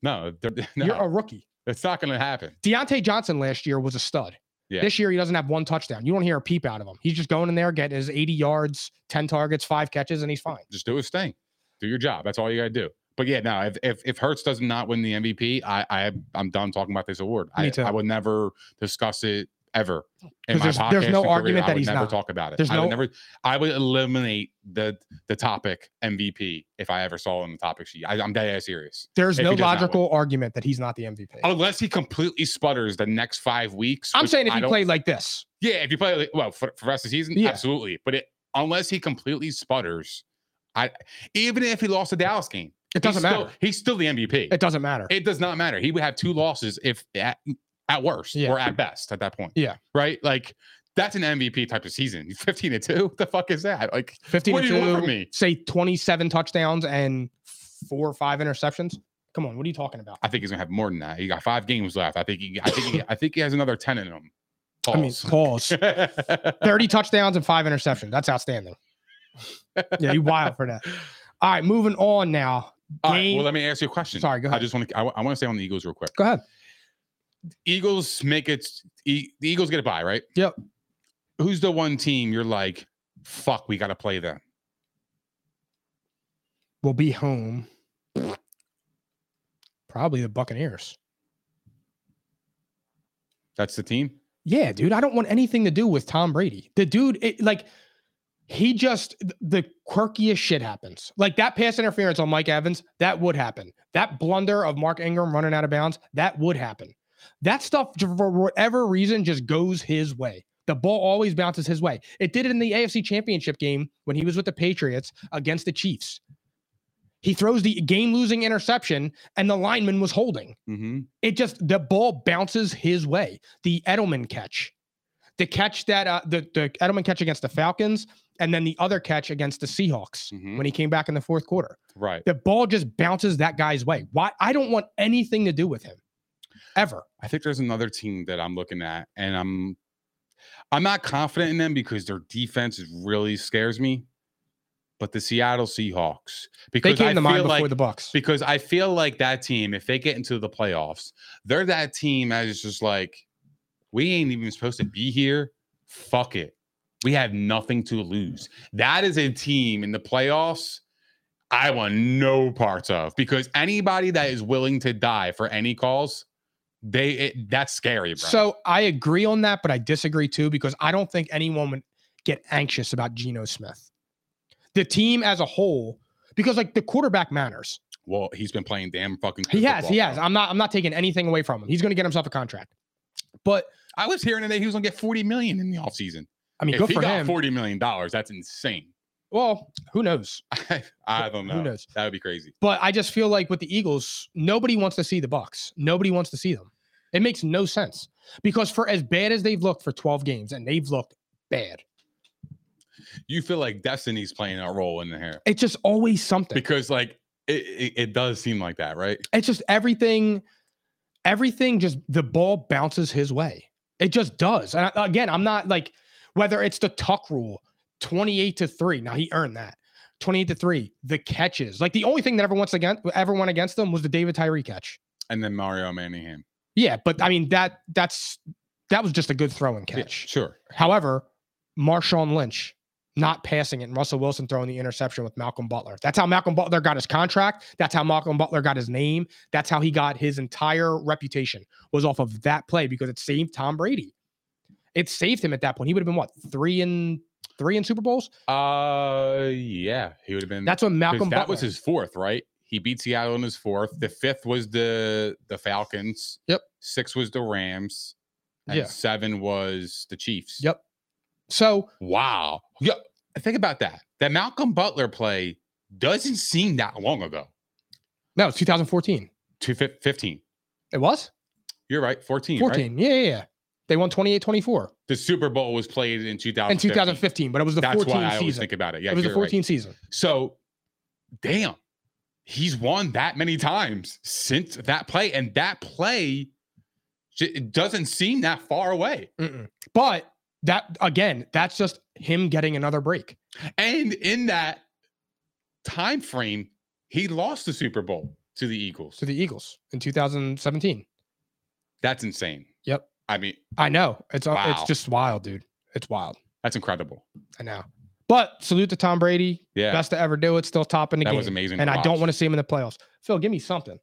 [SPEAKER 1] No, they're-
[SPEAKER 2] You're a
[SPEAKER 1] no
[SPEAKER 2] rookie.
[SPEAKER 1] it's not going to happen.
[SPEAKER 2] Deontay Johnson last year was a stud.
[SPEAKER 1] Yeah.
[SPEAKER 2] This year he doesn't have one touchdown. You don't hear a peep out of him. He's just going in there, getting his 80 yards, 10 targets, five catches, and he's fine.
[SPEAKER 1] just do his thing. Do your job. That's all you gotta do. But yeah, no, if if, if Hertz does not win the MVP, I, I I'm done talking about this award.
[SPEAKER 2] Me
[SPEAKER 1] I,
[SPEAKER 2] too.
[SPEAKER 1] I would never discuss it ever.
[SPEAKER 2] 'Cause
[SPEAKER 1] In my
[SPEAKER 2] there's- there's
[SPEAKER 1] podcasting
[SPEAKER 2] no
[SPEAKER 1] career.
[SPEAKER 2] argument
[SPEAKER 1] I
[SPEAKER 2] that
[SPEAKER 1] would
[SPEAKER 2] he's
[SPEAKER 1] never
[SPEAKER 2] not.
[SPEAKER 1] talk about it.
[SPEAKER 2] There's
[SPEAKER 1] I
[SPEAKER 2] no-
[SPEAKER 1] would never I would eliminate the the topic MVP if I ever saw it on the topic sheet. I, am dead ass serious.
[SPEAKER 2] There's
[SPEAKER 1] If
[SPEAKER 2] no
[SPEAKER 1] he does not win.
[SPEAKER 2] logical argument that he's not the MVP.
[SPEAKER 1] Unless he completely sputters the next five weeks.
[SPEAKER 2] I'm
[SPEAKER 1] which
[SPEAKER 2] saying if
[SPEAKER 1] I
[SPEAKER 2] he
[SPEAKER 1] don't
[SPEAKER 2] played like this,
[SPEAKER 1] yeah, if you play like- well for, for the rest of the season,
[SPEAKER 2] Yeah.
[SPEAKER 1] absolutely. But it, unless he completely sputters, I even if he lost the Dallas game,
[SPEAKER 2] it doesn't
[SPEAKER 1] he's
[SPEAKER 2] matter.
[SPEAKER 1] Still, he's still the MVP.
[SPEAKER 2] it doesn't matter.
[SPEAKER 1] It does not matter. He would have two losses if at, at worst
[SPEAKER 2] Yeah.
[SPEAKER 1] or at best at that point.
[SPEAKER 2] Yeah.
[SPEAKER 1] Right. Like that's an MVP type of season. Fifteen to two. What the fuck is that? Like
[SPEAKER 2] 15
[SPEAKER 1] What
[SPEAKER 2] to
[SPEAKER 1] do you want from
[SPEAKER 2] 2,
[SPEAKER 1] me?
[SPEAKER 2] say 27 touchdowns and four or five interceptions. Come on, what are you talking about?
[SPEAKER 1] I think he's gonna have more than that. He got five games left. I think he. I think he, I think he has another ten in him.
[SPEAKER 2] I mean,
[SPEAKER 1] Pause.
[SPEAKER 2] calls. 30 touchdowns and five interceptions. That's outstanding. Yeah, you wild for that. All right, moving on now.
[SPEAKER 1] All right,
[SPEAKER 2] Game-
[SPEAKER 1] well, let me ask you a question.
[SPEAKER 2] Sorry, go
[SPEAKER 1] I
[SPEAKER 2] ahead.
[SPEAKER 1] just want to. I, want to stay on the Eagles real quick.
[SPEAKER 2] Go ahead.
[SPEAKER 1] Eagles make it. E- the Eagles get a bye, right?
[SPEAKER 2] Yep.
[SPEAKER 1] Who's the one team you're like, fuck, we got to play them?
[SPEAKER 2] We'll be home. Probably the Buccaneers.
[SPEAKER 1] That's the team.
[SPEAKER 2] Yeah, dude. I don't want anything to do with Tom Brady. The dude, it, like, he just th- the quirkiest shit happens. Like that pass interference on Mike Evans, that would happen. That blunder of Mark Ingram running out of bounds, that would happen. That stuff j- for whatever reason just goes his way. The ball always bounces his way. It did it in the AFC Championship game when he was with the Patriots against the Chiefs. He throws the game losing interception and the lineman was holding.
[SPEAKER 1] Mm-hmm.
[SPEAKER 2] It just the ball bounces his way. The Edelman catch, the catch that uh, the the Edelman catch against the Falcons, and then the other catch against the Seahawks
[SPEAKER 1] Mhm.
[SPEAKER 2] when he came back in the fourth quarter.
[SPEAKER 1] Right.
[SPEAKER 2] The ball just bounces that guy's way. Why? I don't want anything to do with him, ever.
[SPEAKER 1] I think there's another team that I'm looking at, and I'm I'm not confident in them because their defense is really scares me. But the Seattle Seahawks,
[SPEAKER 2] They
[SPEAKER 1] because
[SPEAKER 2] came
[SPEAKER 1] I
[SPEAKER 2] to mind
[SPEAKER 1] feel
[SPEAKER 2] before
[SPEAKER 1] like
[SPEAKER 2] the Bucks.
[SPEAKER 1] because I feel like that team, if they get into the playoffs, they're that team that is just like, we ain't even supposed to be here. Fuck it. We have nothing to lose. That is a team in the playoffs I want no parts of because anybody that is willing to die for any calls, they it, that's scary, bro.
[SPEAKER 2] So I agree on that, but I disagree too because I don't think anyone would get anxious about Geno Smith. The team as a whole, because like the quarterback matters.
[SPEAKER 1] well, he's been playing damn fucking. good
[SPEAKER 2] He has,
[SPEAKER 1] football,
[SPEAKER 2] he has.
[SPEAKER 1] bro.
[SPEAKER 2] I'm not I'm not taking anything away from him. He's gonna get himself a contract. But
[SPEAKER 1] I was hearing today he was gonna get 40 million in the offseason.
[SPEAKER 2] I mean,
[SPEAKER 1] If
[SPEAKER 2] good
[SPEAKER 1] he
[SPEAKER 2] for
[SPEAKER 1] got
[SPEAKER 2] him.
[SPEAKER 1] 40 million dollars, that's insane.
[SPEAKER 2] well, who knows?
[SPEAKER 1] I, I don't know.
[SPEAKER 2] Who knows?
[SPEAKER 1] That would be crazy.
[SPEAKER 2] But I just feel like with the Eagles, nobody wants to see the Bucks. Nobody wants to see them. It makes no sense. Because for as bad as they've looked for 12 games, and they've looked bad,
[SPEAKER 1] you feel like destiny's playing a role in the hair
[SPEAKER 2] it's just always something.
[SPEAKER 1] because like it, it, it does seem like that right
[SPEAKER 2] It's just everything, everything just the ball bounces his way. It just does. And I- again, I'm not like whether it's the tuck rule, 28 to 3. Now he earned that. 28 to 3. The catches. Like the only thing that ever went against ever went against them was the David Tyree catch.
[SPEAKER 1] and then mario manningham
[SPEAKER 2] Yeah, but I mean that that's that was just a good throw and
[SPEAKER 1] Yeah,
[SPEAKER 2] catch.
[SPEAKER 1] sure
[SPEAKER 2] However, Marshawn Lynch not passing it and Russell Wilson throwing the interception with Malcolm Butler. That's how Malcolm Butler got his contract. That's how Malcolm Butler got his name. That's how he got his entire reputation was off of that play because it saved Tom Brady. It saved him at that point. He would have been what three and three in Super Bowls.
[SPEAKER 1] uh yeah he would have been
[SPEAKER 2] That's when
[SPEAKER 1] 'cause
[SPEAKER 2] Malcolm
[SPEAKER 1] Mm, that
[SPEAKER 2] Butler
[SPEAKER 1] was his fourth right he beat seattle in his fourth the fifth was the the falcons
[SPEAKER 2] Yep.
[SPEAKER 1] six was the rams and
[SPEAKER 2] Yeah.
[SPEAKER 1] seven was the chiefs
[SPEAKER 2] Yep. So
[SPEAKER 1] wow yeah think about that that malcolm butler play doesn't seem that long ago
[SPEAKER 2] no, it's 2014.
[SPEAKER 1] Two fif- 15
[SPEAKER 2] It was
[SPEAKER 1] you're right 14 right?
[SPEAKER 2] 14. Yeah, yeah, yeah. They won 28-24
[SPEAKER 1] The Super Bowl was played in 2015.
[SPEAKER 2] in 2015, but it was the
[SPEAKER 1] Oh, That's
[SPEAKER 2] 14
[SPEAKER 1] why I always
[SPEAKER 2] season.
[SPEAKER 1] think about it. Yeah,
[SPEAKER 2] it was the
[SPEAKER 1] you're right.
[SPEAKER 2] 14 season.
[SPEAKER 1] So, damn, he's won that many times since that play, and that play j- it doesn't seem that far away.
[SPEAKER 2] Mm-mm. But that again, that's just him getting another break.
[SPEAKER 1] And in that time frame, he lost the Super Bowl to the Eagles.
[SPEAKER 2] to the Eagles in 2017.
[SPEAKER 1] That's insane.
[SPEAKER 2] Yep.
[SPEAKER 1] I mean,
[SPEAKER 2] I know. It's uh, it's
[SPEAKER 1] Wow.
[SPEAKER 2] just wild, dude. It's wild.
[SPEAKER 1] that's incredible.
[SPEAKER 2] I know. But salute to Tom Brady.
[SPEAKER 1] Yeah,
[SPEAKER 2] Best to ever do it. Still top in the
[SPEAKER 1] that
[SPEAKER 2] game.
[SPEAKER 1] was amazing.
[SPEAKER 2] and
[SPEAKER 1] to
[SPEAKER 2] I don't
[SPEAKER 1] watch.
[SPEAKER 2] want to see him in the playoffs. Phil, give me something.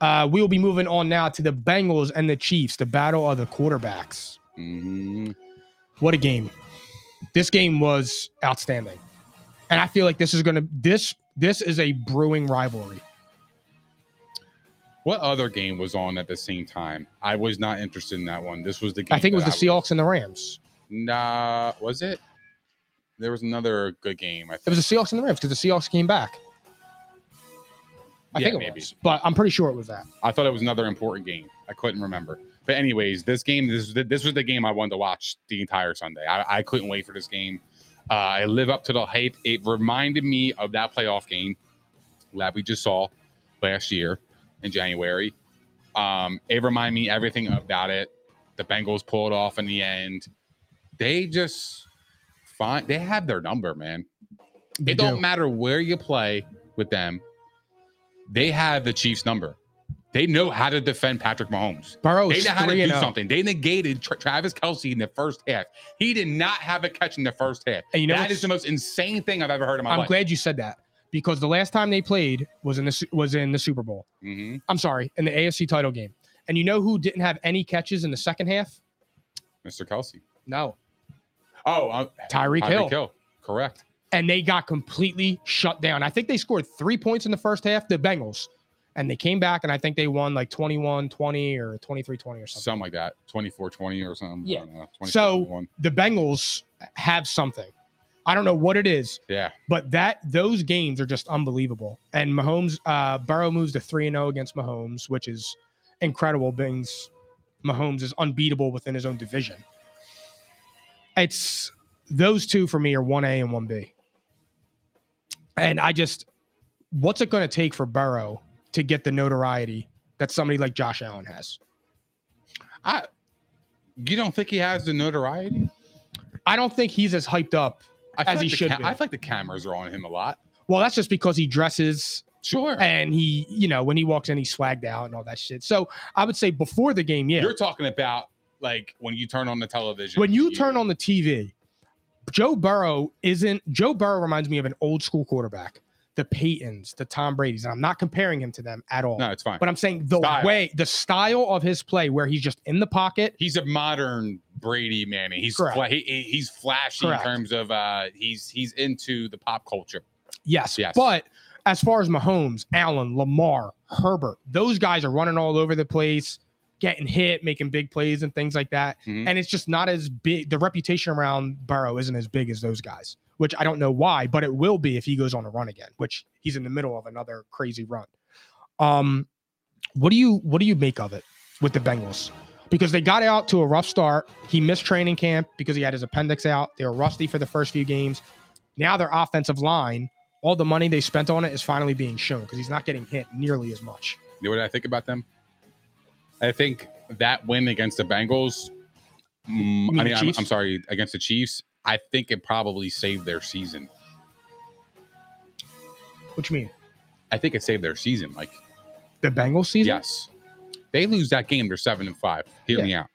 [SPEAKER 2] Uh, we will be moving on now to the Bengals and the Chiefs, the battle of the quarterbacks.
[SPEAKER 1] Mhm.
[SPEAKER 2] What a game. This game was outstanding. And I feel like this is gonna this this is a brewing rivalry.
[SPEAKER 1] What other game was on at the same time? I was not interested in that one. This was the game.
[SPEAKER 2] I think it was
[SPEAKER 1] that
[SPEAKER 2] the Seahawks and the Rams.
[SPEAKER 1] Nah, was it? There was another good game. I
[SPEAKER 2] It
[SPEAKER 1] think.
[SPEAKER 2] was the Seahawks and the Rams because the Seahawks came back. I
[SPEAKER 1] Yeah,
[SPEAKER 2] think it
[SPEAKER 1] maybe.
[SPEAKER 2] was, but I'm pretty sure it was that.
[SPEAKER 1] I thought it was another important game. I couldn't remember. But anyways, this game, this this was the game I wanted to watch the entire Sunday. I, I couldn't wait for this game. Uh, I live up to the hype. It reminded me of that playoff game that we just saw last year in January. Um, it reminded me everything about it. The Bengals pulled off in the end. They just find they have their number, man.
[SPEAKER 2] They
[SPEAKER 1] it don't
[SPEAKER 2] do.
[SPEAKER 1] matter where you play with them. They have the Chiefs' number. They know how to defend Patrick Mahomes.
[SPEAKER 2] Burrow
[SPEAKER 1] They
[SPEAKER 2] is
[SPEAKER 1] know how to
[SPEAKER 2] three
[SPEAKER 1] do
[SPEAKER 2] and oh.
[SPEAKER 1] something. They negated Tra- Travis Kelsey in the first half. He did not have a catch in the first half.
[SPEAKER 2] And you know
[SPEAKER 1] that
[SPEAKER 2] what's-
[SPEAKER 1] is the most insane thing I've ever heard in my
[SPEAKER 2] I'm
[SPEAKER 1] life.
[SPEAKER 2] glad you said that because the last time they played was in the Su- was in the Super Bowl.
[SPEAKER 1] Mhm.
[SPEAKER 2] I'm sorry, in the AFC title game. And you know who didn't have any catches in the second half?
[SPEAKER 1] Mr. Kelsey.
[SPEAKER 2] No,
[SPEAKER 1] Oh, uh,
[SPEAKER 2] Tyreek Hill.
[SPEAKER 1] Hill. Correct.
[SPEAKER 2] and they got completely shut down. I think they scored three points in the first half, the Bengals, and they came back and I think they won like 21 20 or 23 20 or something.
[SPEAKER 1] Something like that. 24 20 or something. I
[SPEAKER 2] Yeah.
[SPEAKER 1] don't know, 24,
[SPEAKER 2] So-
[SPEAKER 1] 21.
[SPEAKER 2] The Bengals have something. I don't know what it is,
[SPEAKER 1] yeah.
[SPEAKER 2] but that those games are just unbelievable. And Mahomes, uh, Burrow moves to 3 0 against Mahomes, which is incredible. Bings Mahomes is unbeatable within his own division. It's those two for me are 1A and 1B. And I just, what's it going to take for Burrow to get the notoriety that somebody like Josh Allen has?
[SPEAKER 1] I. You don't think he has the notoriety
[SPEAKER 2] I don't think he's as hyped up.
[SPEAKER 1] I feel
[SPEAKER 2] As
[SPEAKER 1] like
[SPEAKER 2] he
[SPEAKER 1] the
[SPEAKER 2] should
[SPEAKER 1] ca-
[SPEAKER 2] be.
[SPEAKER 1] I feel like the cameras are on him a lot.
[SPEAKER 2] Well, that's just because he dresses
[SPEAKER 1] Sure.
[SPEAKER 2] and he, you know, when he walks in, he's swagged out and all that shit. So I would say before the game, yeah.
[SPEAKER 1] You're talking about like when you turn on the television.
[SPEAKER 2] When you turn on the TV, Joe Burrow isn't Joe Burrow reminds me of an old school quarterback, the Paytons, the Tom Brady's, and I'm not comparing him to them at all.
[SPEAKER 1] No, it's fine.
[SPEAKER 2] But I'm saying the
[SPEAKER 1] Style.
[SPEAKER 2] way the style of his play, where he's just in the pocket,
[SPEAKER 1] he's a modern Brady Manning. He's
[SPEAKER 2] Correct.
[SPEAKER 1] fla- he, he- he's flashy
[SPEAKER 2] Correct.
[SPEAKER 1] in terms of uh he's he's into the pop culture.
[SPEAKER 2] yes,
[SPEAKER 1] Yes.
[SPEAKER 2] But as far as Mahomes, Allen, Lamar, Herbert, those guys are running all over the place, getting hit, making big plays and things like that.
[SPEAKER 1] Mhm.
[SPEAKER 2] and it's just not as big. The reputation around Burrow isn't as big as those guys, which I don't know why, but it will be if he goes on a run again, which he's in the middle of another crazy run. Um, what do you what do you make of it with the Bengals? Because they got out to a rough start. He missed training camp because he had his appendix out. They were rusty for the first few games. Now their offensive line, all the money they spent on it is finally being shown because he's not getting hit nearly as much.
[SPEAKER 1] You know what I think about them? I think that win against the Bengals. mm,
[SPEAKER 2] mean
[SPEAKER 1] I
[SPEAKER 2] the
[SPEAKER 1] mean, I'm,
[SPEAKER 2] Chiefs?
[SPEAKER 1] I'm sorry, against the Chiefs. I think it probably saved their season.
[SPEAKER 2] What you mean?
[SPEAKER 1] I think it saved their season. Like,
[SPEAKER 2] The Bengals season?
[SPEAKER 1] yes, they lose that game, they're seven and five. Hear me out.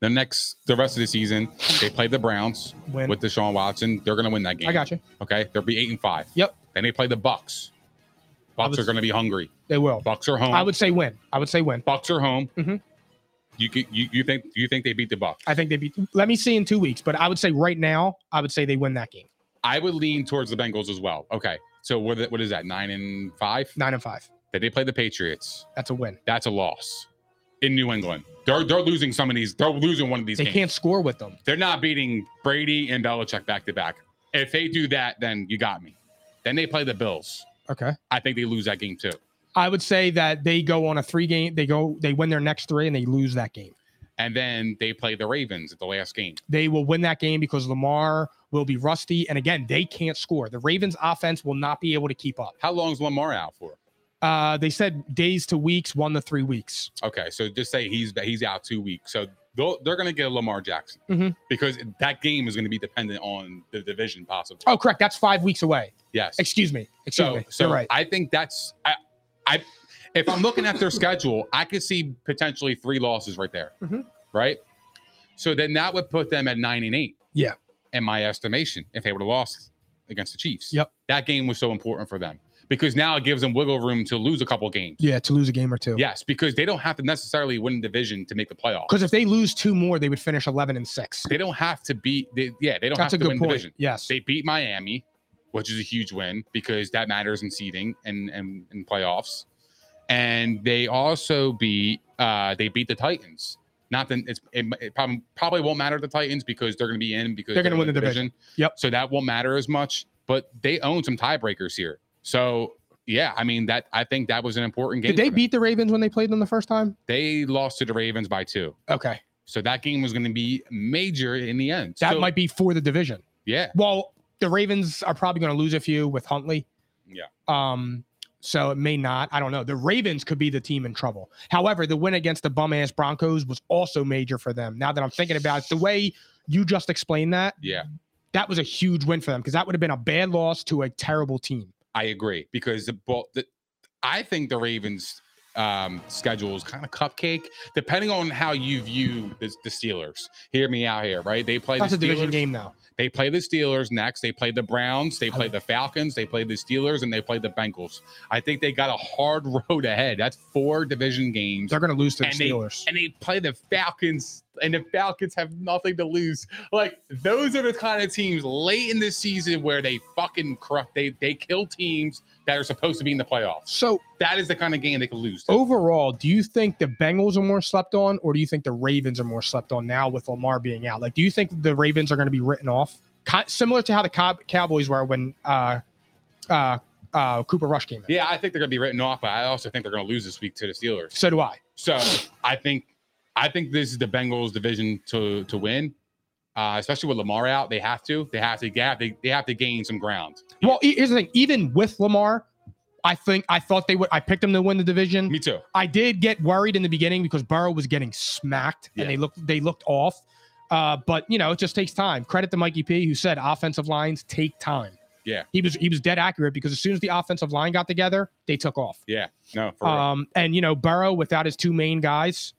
[SPEAKER 1] The next, the rest of the season, they play the Browns
[SPEAKER 2] Win.
[SPEAKER 1] with Deshaun Watson. They're going to win that game.
[SPEAKER 2] I got you.
[SPEAKER 1] Okay, they'll be eight and five.
[SPEAKER 2] Yep.
[SPEAKER 1] Then they play the Bucks.
[SPEAKER 2] I
[SPEAKER 1] Bucks
[SPEAKER 2] was-
[SPEAKER 1] are going to be hungry.
[SPEAKER 2] They will.
[SPEAKER 1] Bucks are home.
[SPEAKER 2] I would say win. I would say win.
[SPEAKER 1] Bucks are home.
[SPEAKER 2] Mhm.
[SPEAKER 1] You, could- you you think you think they beat the Bucks?
[SPEAKER 2] I think they beat. Let me see in two weeks, but I would say right now, I would say they win that game,
[SPEAKER 1] I would lean towards the Bengals as well. Okay, so what what is that? Nine and five.
[SPEAKER 2] nine and five.
[SPEAKER 1] Did they play the Patriots?
[SPEAKER 2] That's a win.
[SPEAKER 1] That's a loss in New England. They're they're losing some of these. They're losing one of these
[SPEAKER 2] They
[SPEAKER 1] games.
[SPEAKER 2] can't score with them.
[SPEAKER 1] They're not beating Brady and Belichick back to back. If they do that, then you got me. Then they play the Bills.
[SPEAKER 2] Okay.
[SPEAKER 1] I think they lose that game too.
[SPEAKER 2] I would say that they go on a three game. They go. They win their next three and they lose that game.
[SPEAKER 1] And then they play the Ravens at the last game.
[SPEAKER 2] They will win that game because Lamar will be rusty, and again, they can't score. The Ravens' offense will not be able to keep up.
[SPEAKER 1] How long's Lamar out for?
[SPEAKER 2] Uh, they said days to weeks, one to three weeks.
[SPEAKER 1] Okay, so just say he's he's out two weeks. So they'll, they're going to get Lamar Jackson
[SPEAKER 2] Mhm.
[SPEAKER 1] because that game is going to be dependent on the division, possibly.
[SPEAKER 2] Oh, correct. That's five weeks away.
[SPEAKER 1] yes.
[SPEAKER 2] Excuse me. Excuse
[SPEAKER 1] so
[SPEAKER 2] me.
[SPEAKER 1] so
[SPEAKER 2] You're right.
[SPEAKER 1] I think that's I, I if I'm looking at their schedule, I could see potentially three losses right there,
[SPEAKER 2] Mhm.
[SPEAKER 1] right? So then that would put them at nine and eight.
[SPEAKER 2] Yeah.
[SPEAKER 1] in my estimation, if they would have lost against the Chiefs.
[SPEAKER 2] Yep.
[SPEAKER 1] that game was so important for them because now it gives them wiggle room to lose a couple games.
[SPEAKER 2] yeah, to lose a game or two.
[SPEAKER 1] Yes, because they don't have to necessarily win the division to make the playoffs.
[SPEAKER 2] Because if they lose two more, they would finish eleven and six.
[SPEAKER 1] they don't have to beat. They, yeah, they don't
[SPEAKER 2] That's a
[SPEAKER 1] have to
[SPEAKER 2] good
[SPEAKER 1] win
[SPEAKER 2] point.
[SPEAKER 1] division.
[SPEAKER 2] Yes.
[SPEAKER 1] They beat Miami, which is a huge win because that matters in seeding and and, and playoffs. And they also beat. Uh, they beat the Titans. Not then it's it, it probably, probably won't matter to the Titans because they're going to be in because
[SPEAKER 2] They're gonna win the division. Yep.
[SPEAKER 1] So that won't matter as much. But they own some tiebreakers here. So yeah, I mean that I think that was an important game.
[SPEAKER 2] Did they
[SPEAKER 1] for them.
[SPEAKER 2] beat the Ravens when they played them the first time?
[SPEAKER 1] They lost to the Ravens by two.
[SPEAKER 2] Okay.
[SPEAKER 1] So that game was going to be major in the end.
[SPEAKER 2] That
[SPEAKER 1] So-
[SPEAKER 2] might be for the division.
[SPEAKER 1] yeah.
[SPEAKER 2] Well, the Ravens are probably going to lose a few with Huntley.
[SPEAKER 1] Yeah.
[SPEAKER 2] Um, so it may not. I don't know. The Ravens could be the team in trouble. However, the win against the bum ass Broncos was also major for them. Now that I'm thinking about it, the way you just explained that,
[SPEAKER 1] Yeah.
[SPEAKER 2] that was a huge win for them because that would have been a bad loss to a terrible team.
[SPEAKER 1] I agree because the ball. The, I think the Ravens' um, schedule is kind of cupcake, depending on how you view the, the Steelers. Hear me out here, right? They play
[SPEAKER 2] That's
[SPEAKER 1] the
[SPEAKER 2] a division
[SPEAKER 1] Steelers-
[SPEAKER 2] game now.
[SPEAKER 1] They play the Steelers next. They play the Browns. They play the Falcons. They play the Steelers, and they play the Bengals. I think they got a hard road ahead. That's four division games,
[SPEAKER 2] They're going to lose to the
[SPEAKER 1] And they-
[SPEAKER 2] Steelers.
[SPEAKER 1] and they play the Falcons and the Falcons have nothing to lose. Like those are the kind of teams late in the season where they fucking crush. They they kill teams that are supposed to be in the playoffs.
[SPEAKER 2] So
[SPEAKER 1] That is the kind of game they can lose.
[SPEAKER 2] Oh.
[SPEAKER 1] To.
[SPEAKER 2] overall, do you think the Bengals are more slept on, or do you think the Ravens are more slept on now with Lamar being out? Like, do you think the Ravens are going to be written off, Ki- similar to how the Cow- Cowboys were when uh, uh, uh, Cooper Rush came in?
[SPEAKER 1] Yeah, I think they're gonna be written off, but I also think they're gonna lose this week to the Steelers.
[SPEAKER 2] So do I.
[SPEAKER 1] So I think I think this is the Bengals division to to win. Uh, especially with Lamar out, they have to. They have to gap. They, they have to gain some ground.
[SPEAKER 2] Well, e- here's the thing. Even with Lamar, I think I thought they would. I picked them to win the division.
[SPEAKER 1] Me too.
[SPEAKER 2] I did get worried in the beginning because Burrow was getting smacked
[SPEAKER 1] Yeah.
[SPEAKER 2] and they looked they looked off. Uh, but you know, it just takes time. Credit to Mikey P, who said offensive lines take time.
[SPEAKER 1] Yeah.
[SPEAKER 2] he was he was dead accurate because as soon as the offensive line got together, they took off.
[SPEAKER 1] Yeah. No. For real.
[SPEAKER 2] Um, and you know, Burrow without his two main guys,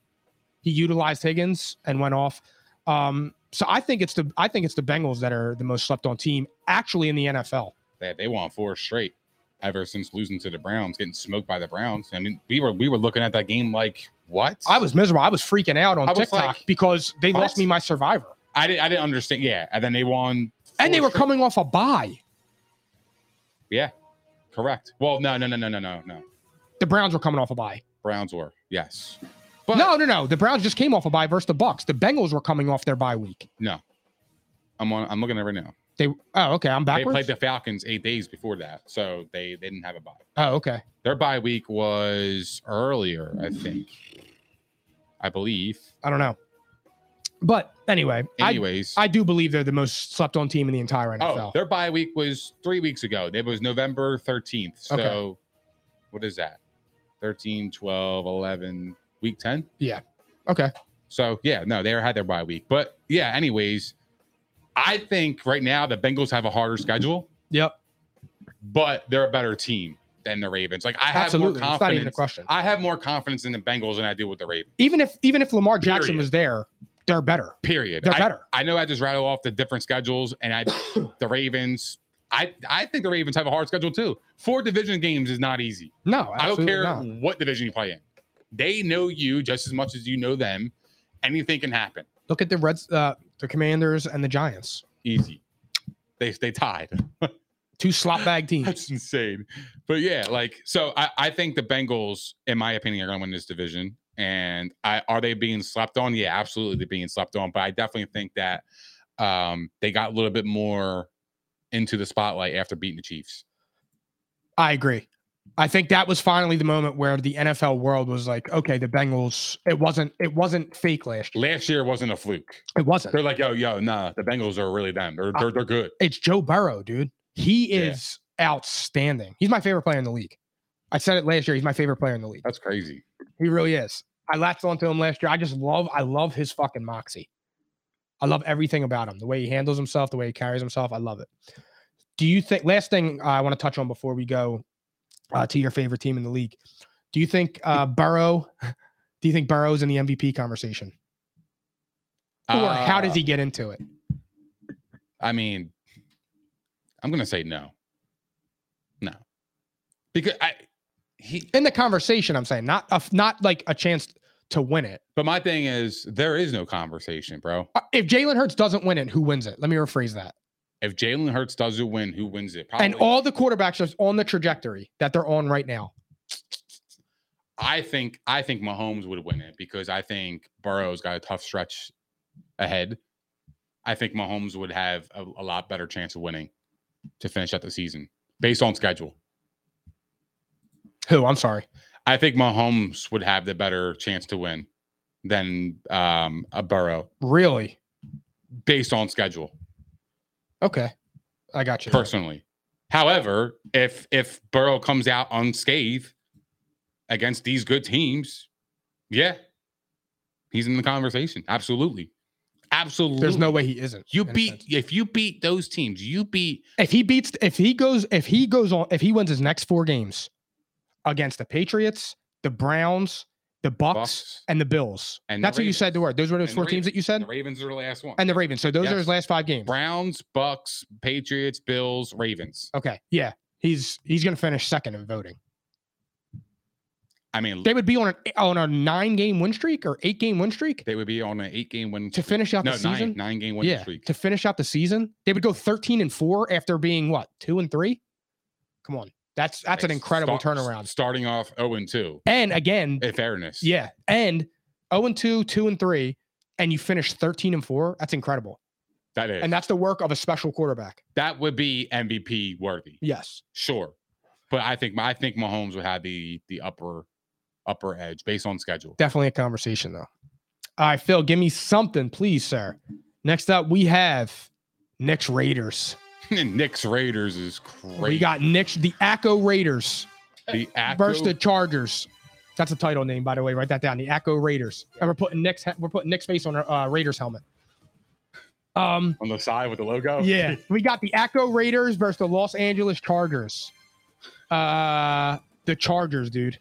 [SPEAKER 2] he utilized Higgins and went off. Um, so I think it's the I think it's the Bengals that are the most slept on team actually in the NFL.
[SPEAKER 1] they, they won four straight ever since losing to the Browns, getting smoked by the Browns. I mean, we were we were looking at that game like what?
[SPEAKER 2] I was miserable. I was freaking out on
[SPEAKER 1] I was
[SPEAKER 2] TikTok
[SPEAKER 1] like,
[SPEAKER 2] because they
[SPEAKER 1] what?
[SPEAKER 2] lost me my survivor.
[SPEAKER 1] I didn't I didn't understand. Yeah, and then they won.
[SPEAKER 2] And they
[SPEAKER 1] four
[SPEAKER 2] were
[SPEAKER 1] straight.
[SPEAKER 2] coming off a bye.
[SPEAKER 1] Yeah, correct. Well, no, no, no, no, no, no, no.
[SPEAKER 2] The Browns were coming off a bye.
[SPEAKER 1] Browns were yes, but
[SPEAKER 2] no, no, no. The Browns just came off a bye versus the Bucks. The Bengals were coming off their bye week.
[SPEAKER 1] no. I'm on. I'm looking at it right now.
[SPEAKER 2] They oh okay, I'm
[SPEAKER 1] They
[SPEAKER 2] backwards.
[SPEAKER 1] played the Falcons eight days before that, so they, they didn't have a bye.
[SPEAKER 2] oh okay.
[SPEAKER 1] Their bye week was earlier, I think. I believe.
[SPEAKER 2] I don't know. But anyway,
[SPEAKER 1] Anyways,
[SPEAKER 2] I I do believe they're the most slept on team in the entire
[SPEAKER 1] Oh,
[SPEAKER 2] NFL.
[SPEAKER 1] their bye week was three weeks ago. It was November 13th. So
[SPEAKER 2] Okay.
[SPEAKER 1] what is that? 13, 12, 11, week 10?
[SPEAKER 2] Yeah. Okay.
[SPEAKER 1] So yeah, no, they had their bye week. But yeah, anyways, I think right now the Bengals have a harder schedule,
[SPEAKER 2] yep.
[SPEAKER 1] but they're a better team than the Ravens. Like I
[SPEAKER 2] Absolutely.
[SPEAKER 1] have more
[SPEAKER 2] It's not even a
[SPEAKER 1] confidence.
[SPEAKER 2] question.
[SPEAKER 1] I have more confidence in the Bengals than I do with the Ravens.
[SPEAKER 2] Even if even if Lamar Jackson
[SPEAKER 1] Period.
[SPEAKER 2] was there, they're better.
[SPEAKER 1] Period.
[SPEAKER 2] They're
[SPEAKER 1] I-
[SPEAKER 2] better.
[SPEAKER 1] I know I just rattle off the different schedules, and I, the Ravens. I I think the Ravens have a hard schedule too. Four division games is not easy.
[SPEAKER 2] No,
[SPEAKER 1] I don't
[SPEAKER 2] absolutely
[SPEAKER 1] care
[SPEAKER 2] not.
[SPEAKER 1] what division you play in. They know you just as much as you know them. Anything can happen.
[SPEAKER 2] Look at the Reds, uh, the Commanders, and the Giants.
[SPEAKER 1] Easy. They they tied.
[SPEAKER 2] Two slot bag teams.
[SPEAKER 1] That's insane. But yeah, like so I, I think the Bengals, in my opinion, are gonna win this division. And I are they being slept on? Yeah, absolutely they're being slept on. But I definitely think that um they got a little bit more into the spotlight after beating the Chiefs.
[SPEAKER 2] I agree. I think that was finally the moment where the NFL world was like, okay, the Bengals. It wasn't. It wasn't fake last year.
[SPEAKER 1] Last year wasn't a fluke.
[SPEAKER 2] It wasn't.
[SPEAKER 1] They're like, yo, yo, nah, the Bengals Ah. are really them. They're they're, they're good.
[SPEAKER 2] It's Joe Burrow, dude. He
[SPEAKER 1] Yeah.
[SPEAKER 2] is outstanding. He's my favorite player in the league. I said it last year. He's my favorite player in the league.
[SPEAKER 1] That's crazy.
[SPEAKER 2] He really is. I latched onto him last year. I just love. I love his fucking moxie. I love everything about him. The way he handles himself. The way he carries himself. I love it. Do you think? Last thing uh, I want to touch on before we go uh, to your favorite team in the league. Do you think uh, Burrow? Do you think Burrow's in the MVP conversation, or how does
[SPEAKER 1] Uh,
[SPEAKER 2] he get into it?
[SPEAKER 1] I mean, I'm gonna say no. No. Because I he
[SPEAKER 2] In the conversation, I'm saying not a, not like a chance to win it.
[SPEAKER 1] but my thing is there is no conversation, bro.
[SPEAKER 2] Uh, If Jalen Hurts doesn't win it, who wins it? Let me rephrase that.
[SPEAKER 1] If Jalen Hurts doesn't win, who wins it?
[SPEAKER 2] And all the quarterbacks are on the trajectory that they're on right now.
[SPEAKER 1] I think I think Mahomes would win it because I think Burrow's got a tough stretch ahead. I think Mahomes would have a, a lot better chance of winning to finish out the season based on schedule.
[SPEAKER 2] Who? I'm sorry.
[SPEAKER 1] I think Mahomes would have the better chance to win than um, a Burrow
[SPEAKER 2] Really?
[SPEAKER 1] based on schedule.
[SPEAKER 2] Okay. I got you. there.
[SPEAKER 1] personally. However, if if Burrow comes out unscathed against these good teams, yeah, he's in the conversation. Absolutely, absolutely.
[SPEAKER 2] There's no way he isn't.
[SPEAKER 1] you
[SPEAKER 2] in a
[SPEAKER 1] beat
[SPEAKER 2] sense.
[SPEAKER 1] if you beat those teams, you beat
[SPEAKER 2] If he beats if he goes if he goes on if he wins his next 4 games against the Patriots, the Browns, the Bucks,
[SPEAKER 1] Bucks
[SPEAKER 2] and the Bills.
[SPEAKER 1] and the
[SPEAKER 2] That's what you said the
[SPEAKER 1] Ravens.
[SPEAKER 2] word. Those were those
[SPEAKER 1] And the
[SPEAKER 2] four teams that you
[SPEAKER 1] Ravens.
[SPEAKER 2] said?
[SPEAKER 1] The Ravens are the last one.
[SPEAKER 2] And the Ravens. So those are
[SPEAKER 1] Yes.
[SPEAKER 2] his last 5 games.
[SPEAKER 1] Browns, Bucks, Patriots, Bills, Ravens.
[SPEAKER 2] Okay. Yeah. He's he's going to finish second in voting.
[SPEAKER 1] I mean,
[SPEAKER 2] They would be on an, on a nine game win streak or eight game win streak
[SPEAKER 1] they would be on an eight game win
[SPEAKER 2] to finish out
[SPEAKER 1] no
[SPEAKER 2] the
[SPEAKER 1] nine
[SPEAKER 2] season.
[SPEAKER 1] nine game win
[SPEAKER 2] yeah,
[SPEAKER 1] streak.
[SPEAKER 2] to finish out the season, they would go thirteen and four after being what two and three. Come on, that's that's an
[SPEAKER 1] Like,
[SPEAKER 2] incredible
[SPEAKER 1] start-
[SPEAKER 2] turnaround.
[SPEAKER 1] Starting off zero and two.
[SPEAKER 2] And again,
[SPEAKER 1] In fairness,
[SPEAKER 2] yeah, and zero and two, two and three, and you finish thirteen and four. That's incredible,
[SPEAKER 1] that is
[SPEAKER 2] and that's the work of a special quarterback.
[SPEAKER 1] that would be MVP worthy,
[SPEAKER 2] Yes,
[SPEAKER 1] sure. But I think I think Mahomes would have the the upper upper edge based on schedule.
[SPEAKER 2] definitely a conversation though. All right, Phil, give me something, please, sir. Next up, we have Knicks Raiders.
[SPEAKER 1] Knicks Raiders is crazy.
[SPEAKER 2] We got Knicks, the Acco Raiders.
[SPEAKER 1] the
[SPEAKER 2] versus the
[SPEAKER 1] Acro-
[SPEAKER 2] Chargers. That's a title name, by the way. Write that down. The Acco Raiders. And we're putting Nick's he- we're putting Nick's face on our uh, Raiders helmet. Um,
[SPEAKER 1] on the side with the logo.
[SPEAKER 2] yeah, we got the Acco Raiders versus the Los Angeles Chargers. Uh, the Chargers, dude.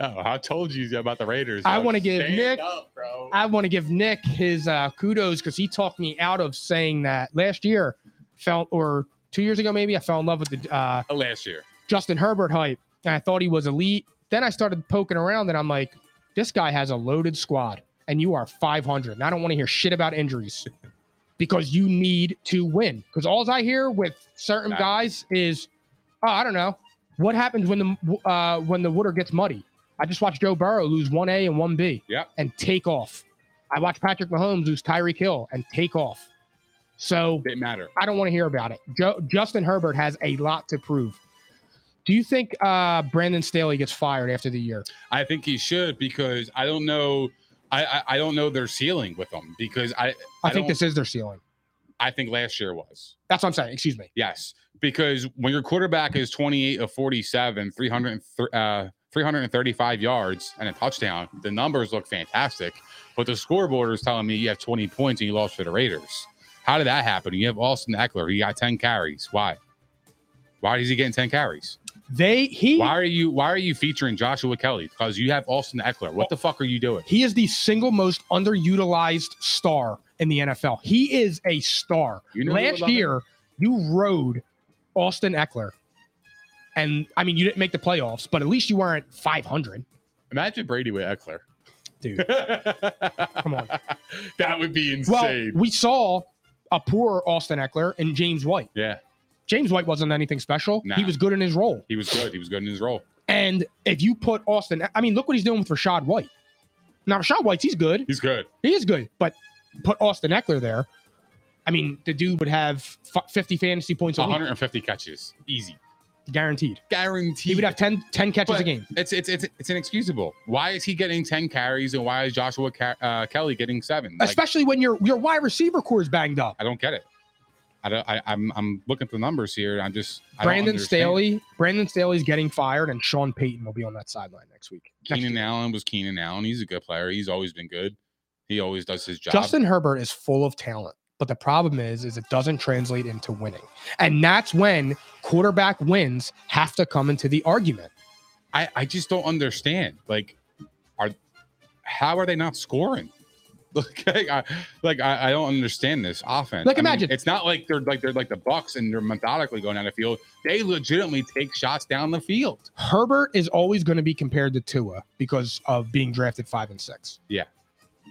[SPEAKER 1] Oh, I told you about the Raiders.
[SPEAKER 2] I
[SPEAKER 1] dog.
[SPEAKER 2] wanna give
[SPEAKER 1] Stand
[SPEAKER 2] Nick-
[SPEAKER 1] up, bro.
[SPEAKER 2] I want to give Nick his uh, kudos because he talked me out of saying that last year. Fell or two years ago, maybe I fell in love with the uh,
[SPEAKER 1] last year.
[SPEAKER 2] Justin Herbert hype, and I thought he was elite. Then I started poking around, and I'm like, this guy has a loaded squad, and you are 500. And I don't want to hear shit about injuries because you need to win. Because all I hear with certain
[SPEAKER 1] Nah.
[SPEAKER 2] guys is, oh, I don't know, what happens when the uh, when the water gets muddy. I just watched Joe Burrow lose one A and one B,
[SPEAKER 1] Yep.
[SPEAKER 2] and take off. I watched Patrick Mahomes lose Tyreek Hill and take off. So
[SPEAKER 1] Didn't matter.
[SPEAKER 2] I don't want to hear about it. Jo- Justin Herbert has a lot to prove. Do you think uh, Brandon Staley gets fired after the year?
[SPEAKER 1] I think he should because I don't know. I I, I don't know their ceiling with them because I
[SPEAKER 2] I,
[SPEAKER 1] I
[SPEAKER 2] think
[SPEAKER 1] don't-
[SPEAKER 2] this is their ceiling.
[SPEAKER 1] I think last year was
[SPEAKER 2] That's what I'm saying. Excuse me.
[SPEAKER 1] yes because when your quarterback is 28 of 47, 300 and th- uh, 335 yards and a touchdown, the numbers look fantastic. But the scoreboard is telling me you have 20 points and you lost to the Raiders. How did that happen? You have Austin Eckler. He got 10 carries. Why? Why is he getting 10 carries?
[SPEAKER 2] They he
[SPEAKER 1] Why are you why are you featuring Joshua Kelly? Because you have Austin Eckler. What the fuck are you doing?
[SPEAKER 2] he is the single most underutilized star in the NFL. He is a star.
[SPEAKER 1] You know who would
[SPEAKER 2] Last
[SPEAKER 1] love it?
[SPEAKER 2] year, you rode Austin Eckler, and I mean you didn't make the playoffs, but at least you weren't 500.
[SPEAKER 1] Imagine Brady with Eckler.
[SPEAKER 2] Dude.
[SPEAKER 1] Come
[SPEAKER 2] on.
[SPEAKER 1] That would be
[SPEAKER 2] Well,
[SPEAKER 1] insane.
[SPEAKER 2] we saw a poor Austin Eckler and James White.
[SPEAKER 1] yeah.
[SPEAKER 2] James White wasn't anything special. He
[SPEAKER 1] Nah.
[SPEAKER 2] was good in his role.
[SPEAKER 1] He was good. He was good in his role.
[SPEAKER 2] And if you put Austin, I mean, look what he's doing with Rashad White. Now Rashad White's he's good.
[SPEAKER 1] He's good.
[SPEAKER 2] He is good, but put Austin Eckler there. I mean, the dude would have f- 50 fantasy points a week,
[SPEAKER 1] 150 catches. Easy.
[SPEAKER 2] guaranteed.
[SPEAKER 1] Guaranteed.
[SPEAKER 2] He would have 10, 10 catches a
[SPEAKER 1] But
[SPEAKER 2] game.
[SPEAKER 1] It's it's it's it's inexcusable. Why is he getting 10 carries and why is Joshua Ca- uh, Kelly getting seven? Like,
[SPEAKER 2] Especially when your your wide receiver core is banged up.
[SPEAKER 1] I don't get it. I don't I, I'm I'm looking for numbers here. and I'm just I don't
[SPEAKER 2] Brandon
[SPEAKER 1] understand.
[SPEAKER 2] Staley, Brandon Staley's getting fired, and Sean Payton will be on that sideline next week. Next
[SPEAKER 1] Keenan
[SPEAKER 2] year.
[SPEAKER 1] Allen was Keenan Allen. He's a good player. He's always been good. He always does his job.
[SPEAKER 2] Justin Herbert is full of talent, but the problem is, is it doesn't translate into winning, and that's when quarterback wins have to come into the argument.
[SPEAKER 1] I, I just don't understand. Like, are how are they not scoring? Like, I, like I, I don't understand this offense.
[SPEAKER 2] Like,
[SPEAKER 1] I mean,
[SPEAKER 2] imagine-
[SPEAKER 1] it's not like they're like they're like the Bucks and they're methodically going down the field. They legitimately take shots down the field.
[SPEAKER 2] Herbert is always going to be compared to Tua because of being drafted five and six.
[SPEAKER 1] Yeah.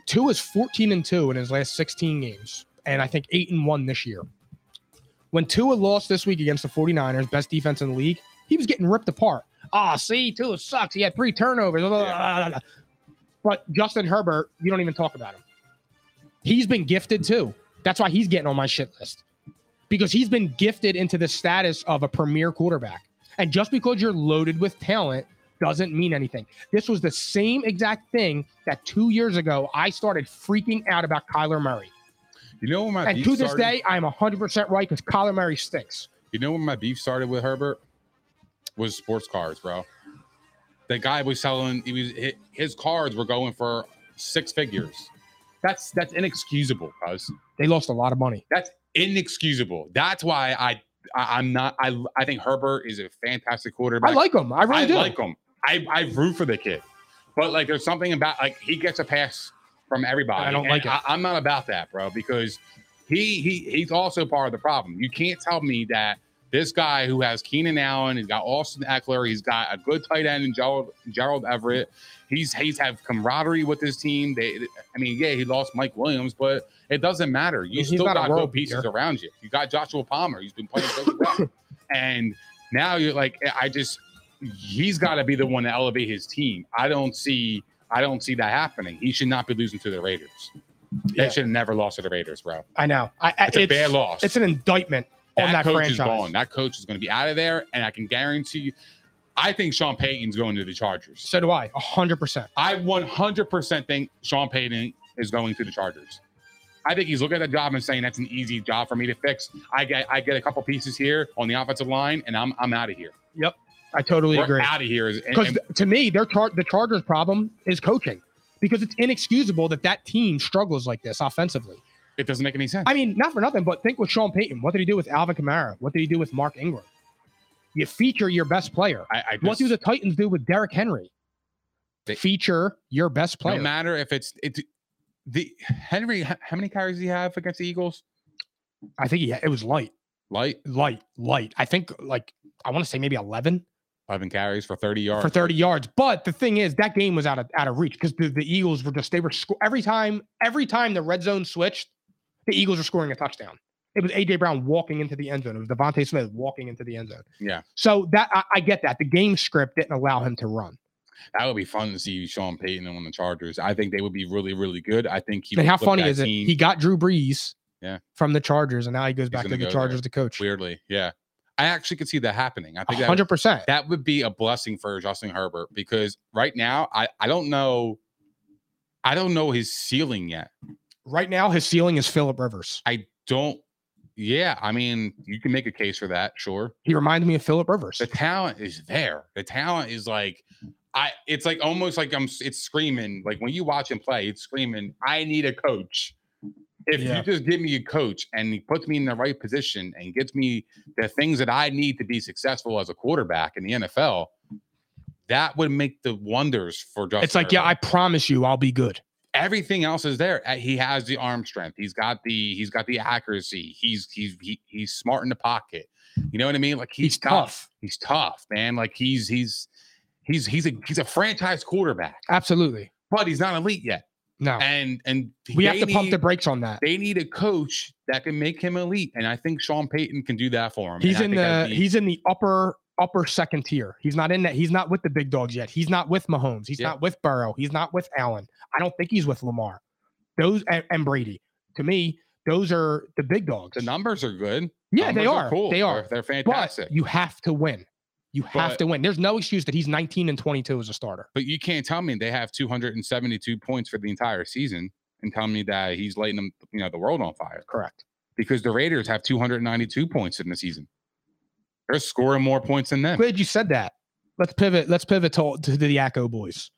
[SPEAKER 2] Tua is fourteen and two in his last sixteen games, and I think eight and one this year. When Tua lost this week against the 49ers, best defense in the league, he was getting ripped apart. Ah, see, Tua sucks. He had three turnovers. blah, blah,
[SPEAKER 1] Yeah.
[SPEAKER 2] blah, blah, blah. But Justin Herbert, you don't even talk about him. He's been gifted too. That's why he's getting on my shit list because he's been gifted into the status of a premier quarterback. And just because you're loaded with talent doesn't mean anything. This was the same exact thing that two years ago I started freaking out about Kyler Murray.
[SPEAKER 1] You know where my
[SPEAKER 2] And
[SPEAKER 1] beef
[SPEAKER 2] to this
[SPEAKER 1] started?
[SPEAKER 2] day, I'm 100% right because Kyler Murray stinks.
[SPEAKER 1] You know when my beef started with Herbert was sports cars, bro. The guy was selling. He was hi- his cars were going for six figures. That's that's inexcusable, cuz.
[SPEAKER 2] They lost a lot of money.
[SPEAKER 1] That's inexcusable. That's why I, I I'm not. I I think Herbert is a fantastic quarterback.
[SPEAKER 2] I like him. I really
[SPEAKER 1] I
[SPEAKER 2] do.
[SPEAKER 1] like him. I I root for the kid, but like there's something about like he gets a pass from everybody.
[SPEAKER 2] I don't
[SPEAKER 1] and
[SPEAKER 2] like it.
[SPEAKER 1] I, I'm not about that, bro, because he he he's also part of the problem. You can't tell me that This guy who has Keenan Allen, he's got Austin Eckler, he's got a good tight end in Gerald, Gerald Everett. He's he's have camaraderie with his team. They, I mean, yeah, he lost Mike Williams, but it doesn't matter. You
[SPEAKER 2] mean, he's
[SPEAKER 1] still
[SPEAKER 2] not a
[SPEAKER 1] got
[SPEAKER 2] world
[SPEAKER 1] good pieces
[SPEAKER 2] beater.
[SPEAKER 1] around you. You got Joshua Palmer. He's been playing so well, and now you're like, I just he's got to be the one to elevate his team. I don't see I don't see that happening. He should not be losing to the Raiders.
[SPEAKER 2] Yeah.
[SPEAKER 1] They should have never lost to the Raiders, bro.
[SPEAKER 2] I know. I, I-
[SPEAKER 1] It's a bad loss.
[SPEAKER 2] It's an indictment on that
[SPEAKER 1] coach is
[SPEAKER 2] franchise.
[SPEAKER 1] gone. That coach is going to be out of there, and I can guarantee you. I think Sean Payton's going to the Chargers.
[SPEAKER 2] So do I. hundred percent.
[SPEAKER 1] I 100% think Sean Payton is going to the Chargers. I think he's looking at the job and saying that's an easy job for me to fix. I get I get a couple pieces here on the offensive line, and I'm I'm out of here.
[SPEAKER 2] I totally
[SPEAKER 1] We're
[SPEAKER 2] agree.
[SPEAKER 1] out of here. And- and-
[SPEAKER 2] Because to me, their char- the Chargers' problem is coaching, because it's inexcusable that that team struggles like this offensively.
[SPEAKER 1] it doesn't make any sense.
[SPEAKER 2] I mean, not for nothing, but think with Sean Payton. What did he do with Alvin Kamara? What did he do with Mark Ingram? You feature your best player.
[SPEAKER 1] I, I just,
[SPEAKER 2] what do the Titans do with Derrick Henry?
[SPEAKER 1] They-
[SPEAKER 2] feature your best player.
[SPEAKER 1] No matter if it's it, the Henry. h- How many carries did he have against the Eagles?
[SPEAKER 2] I think he, it was light,
[SPEAKER 1] Light
[SPEAKER 2] light, light. I think like I want to say maybe eleven.
[SPEAKER 1] eleven carries for thirty yards.
[SPEAKER 2] for 30 yards. But the thing is, that game was out of out of reach because the, the Eagles were just they were sco- every time every time the red zone switched, the Eagles were scoring a touchdown. It was AJ Brown walking into the end zone. It was Devontae Smith walking into the end zone.
[SPEAKER 1] Yeah.
[SPEAKER 2] So that I, I get that the game script didn't allow him to run.
[SPEAKER 1] that would be fun to see Sean Payton on the Chargers. I think they would be really, really good. I think he.
[SPEAKER 2] and
[SPEAKER 1] would
[SPEAKER 2] how
[SPEAKER 1] flip
[SPEAKER 2] funny
[SPEAKER 1] that
[SPEAKER 2] is it?
[SPEAKER 1] team
[SPEAKER 2] He got Drew Brees.
[SPEAKER 1] Yeah.
[SPEAKER 2] From the Chargers, and now he goes back
[SPEAKER 1] gonna
[SPEAKER 2] to the
[SPEAKER 1] go
[SPEAKER 2] Chargers to coach.
[SPEAKER 1] weirdly, yeah. I actually could see that happening. I think that,
[SPEAKER 2] hundred percent.
[SPEAKER 1] that would be a blessing for Justin Herbert because right now I I don't know, I don't know his ceiling yet.
[SPEAKER 2] Right now, his ceiling is Philip Rivers.
[SPEAKER 1] I don't. Yeah, I mean, you can make a case for that, sure.
[SPEAKER 2] He reminds me of Philip Rivers.
[SPEAKER 1] the talent is there. The talent is like, I. It's like almost like I'm. s- It's screaming. Like when you watch him play, it's screaming. I need a coach. If
[SPEAKER 2] Yeah.
[SPEAKER 1] you just give me a coach and he puts me in the right position and gets me the things that I need to be successful as a quarterback in the NFL, that would make the wonders for Justin.
[SPEAKER 2] It's like, yeah, I
[SPEAKER 1] Herbert.
[SPEAKER 2] promise you, I'll be good.
[SPEAKER 1] everything else is there. Uh, He has the arm strength. He's got the he's got the accuracy. He's he's he, he's smart in the pocket. You know what I mean? Like
[SPEAKER 2] He's
[SPEAKER 1] got-
[SPEAKER 2] tough.
[SPEAKER 1] he's tough, man. Like he's he's he's he's a he's a franchise quarterback,
[SPEAKER 2] Absolutely.
[SPEAKER 1] but he's not elite yet.
[SPEAKER 2] No.
[SPEAKER 1] And and
[SPEAKER 2] Oh. we
[SPEAKER 1] they
[SPEAKER 2] have to pump the
[SPEAKER 1] need-
[SPEAKER 2] brakes on that.
[SPEAKER 1] They need a coach that can make him elite, and I think Sean Payton can do that for him.
[SPEAKER 2] He's in
[SPEAKER 1] and I think
[SPEAKER 2] the
[SPEAKER 1] that'd be-
[SPEAKER 2] he's in the upper upper second tier. He's not in that. He's not with the big dogs yet. He's not with Mahomes. He's
[SPEAKER 1] Yeah.
[SPEAKER 2] not with Burrow. He's not with Allen. I don't think he's with Lamar. Those and, and Brady. To me, those are the big dogs.
[SPEAKER 1] the numbers are good.
[SPEAKER 2] yeah, they
[SPEAKER 1] Numbers
[SPEAKER 2] are.
[SPEAKER 1] cool.
[SPEAKER 2] They are.
[SPEAKER 1] They're, they're
[SPEAKER 2] But
[SPEAKER 1] fantastic. But you,
[SPEAKER 2] you have to win. You have
[SPEAKER 1] But-
[SPEAKER 2] to win. There's no excuse that he's 19 and 22 as a starter.
[SPEAKER 1] can't tell me they have 272 points for the entire season and tell me that he's lighting them, you know, the world on fire.
[SPEAKER 2] Correct.
[SPEAKER 1] Because the Raiders have 292 points in the season. They're scoring more points than them.
[SPEAKER 2] Glad you said that. Let's pivot. Let's pivot to, to the Yakko boys.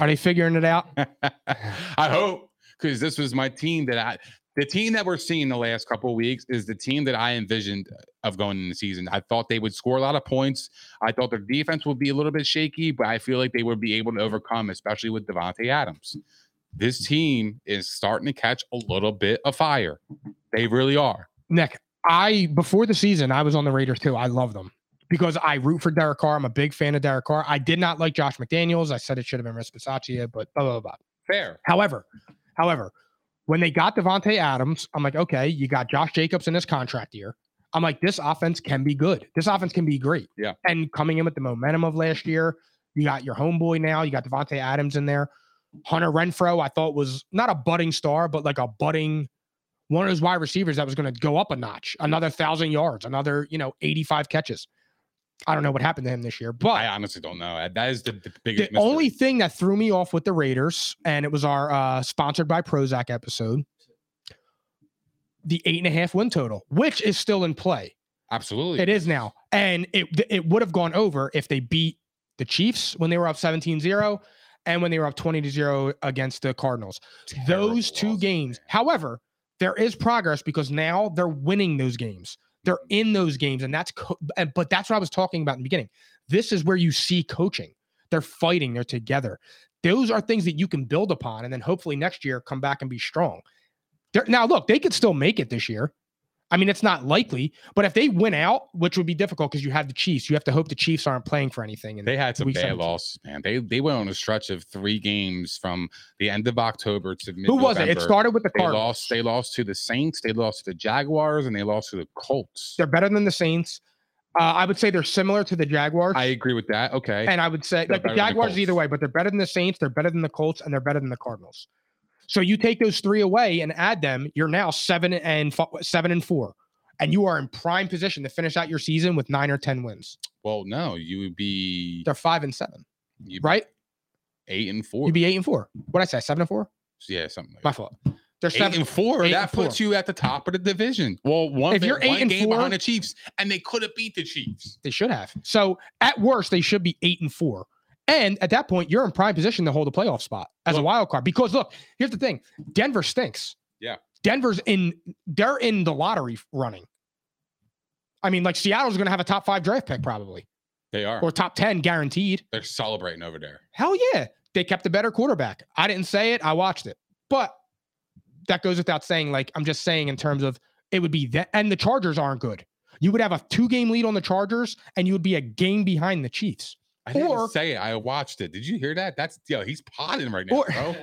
[SPEAKER 2] Are they figuring it out?
[SPEAKER 1] I hope because this was my team that I the team that we're seeing the last couple of weeks is the team that I envisioned uh, of going in the season. I thought they would score a lot of points. I thought their defense would be a little bit shaky, but I feel like they would be able to overcome, especially with Devontae Adams. This team is starting to catch a little bit of fire. They really are.
[SPEAKER 2] Nick, I before the season, I was on the Raiders too. I love them because I root for Derek Carr. I'm a big fan of Derek Carr. I did not like Josh McDaniels. I said it should have been Riz Bisaccia, but blah blah blah.
[SPEAKER 1] Fair.
[SPEAKER 2] However, however, when they got Devontae Adams, I'm like, okay, you got Josh Jacobs in this contract year. I'm like, this offense can be good. This offense can be great.
[SPEAKER 1] Yeah.
[SPEAKER 2] And coming in with the momentum of last year, you got your homeboy now. You got Devontae Adams in there. Hunter Renfro, I thought was not a budding star, but like a budding one of those wide receivers that was going to go up a notch, another thousand yards, another you know 85 catches. I don't know what happened to him this year, but
[SPEAKER 1] I honestly don't know. That is the, the
[SPEAKER 2] the
[SPEAKER 1] biggest mystery.
[SPEAKER 2] only thing that threw me off with the Raiders, and it was our uh, sponsored by Prozac episode, the eight and a half win total, which is still in play.
[SPEAKER 1] absolutely.
[SPEAKER 2] It is now. And it it would have gone over if they beat the Chiefs when they were up 17 0 and when they were up 20 to 0 against the Cardinals. Those
[SPEAKER 1] Terrible
[SPEAKER 2] two
[SPEAKER 1] loss,
[SPEAKER 2] games,
[SPEAKER 1] man.
[SPEAKER 2] however, there is progress because now they're winning those games. They're
[SPEAKER 1] Mm.
[SPEAKER 2] in those games, and that's co- and, but that's what I was talking about in the beginning. This is where you see coaching. They're fighting. They're together. Those are things that you can build upon, and then hopefully next year come back and be strong. They're, now, look, they could still make it this year. I mean, it's not likely, but if they win out, which would be difficult because you have the Chiefs, you have to hope the Chiefs aren't playing for anything. And
[SPEAKER 1] They had some
[SPEAKER 2] Week
[SPEAKER 1] bad
[SPEAKER 2] 17.
[SPEAKER 1] losses, man. They they went on a stretch of three games from the end of October to mid
[SPEAKER 2] who was it? It started with the
[SPEAKER 1] They
[SPEAKER 2] Cardinals.
[SPEAKER 1] lost. They lost to the Saints. They lost to the Jaguars, and they lost to the Colts.
[SPEAKER 2] They're better than the Saints. Uh, I would say they're similar to the Jaguars.
[SPEAKER 1] I agree with that. Okay,
[SPEAKER 2] and I would say
[SPEAKER 1] They're
[SPEAKER 2] like
[SPEAKER 1] better
[SPEAKER 2] the
[SPEAKER 1] than the
[SPEAKER 2] Jaguars
[SPEAKER 1] Colts.
[SPEAKER 2] either way, but they're better than the Saints, they're better than the Colts, and they're better than the Cardinals. So you take those three away and add them, you're now seven and f- seven and four, and you are in prime position to finish out your season with nine or ten wins.
[SPEAKER 1] well, no, you would be
[SPEAKER 2] They're five and seven,
[SPEAKER 1] you'd be
[SPEAKER 2] right?
[SPEAKER 1] eight and four.
[SPEAKER 2] You'd be eight and four. What I say, seven and four?
[SPEAKER 1] yeah, something. Like
[SPEAKER 2] My
[SPEAKER 1] that.
[SPEAKER 2] fault. They're
[SPEAKER 1] Eight
[SPEAKER 2] seven.
[SPEAKER 1] and four.
[SPEAKER 2] eight
[SPEAKER 1] that
[SPEAKER 2] and
[SPEAKER 1] puts you at the top of the division. Well, one
[SPEAKER 2] If
[SPEAKER 1] bit-
[SPEAKER 2] you're eight
[SPEAKER 1] one
[SPEAKER 2] and
[SPEAKER 1] game
[SPEAKER 2] four-
[SPEAKER 1] behind the Chiefs, and they could have beat the Chiefs.
[SPEAKER 2] They should have. So at worst, they should be eight and four. And at that point, you're in prime position to hold a playoff spot as a
[SPEAKER 1] Look-
[SPEAKER 2] wild card. Because look, here's the thing: Denver stinks.
[SPEAKER 1] Yeah.
[SPEAKER 2] Denver's in. They're in the lottery f- running. I mean, like Seattle's going to have a top five draft pick probably,
[SPEAKER 1] They are.
[SPEAKER 2] or top ten guaranteed.
[SPEAKER 1] They're celebrating over there.
[SPEAKER 2] Hell yeah, they kept a better quarterback. I didn't say it. I watched it, but that goes without saying. Like I'm just saying in terms of it would be that, and the Chargers aren't good. You would have a two game lead on the Chargers, and you would be a game behind the Chiefs.
[SPEAKER 1] I didn't
[SPEAKER 2] Or-
[SPEAKER 1] say it. I watched it. Did you hear that? That's yo. He's potting right now,
[SPEAKER 2] Or-
[SPEAKER 1] bro.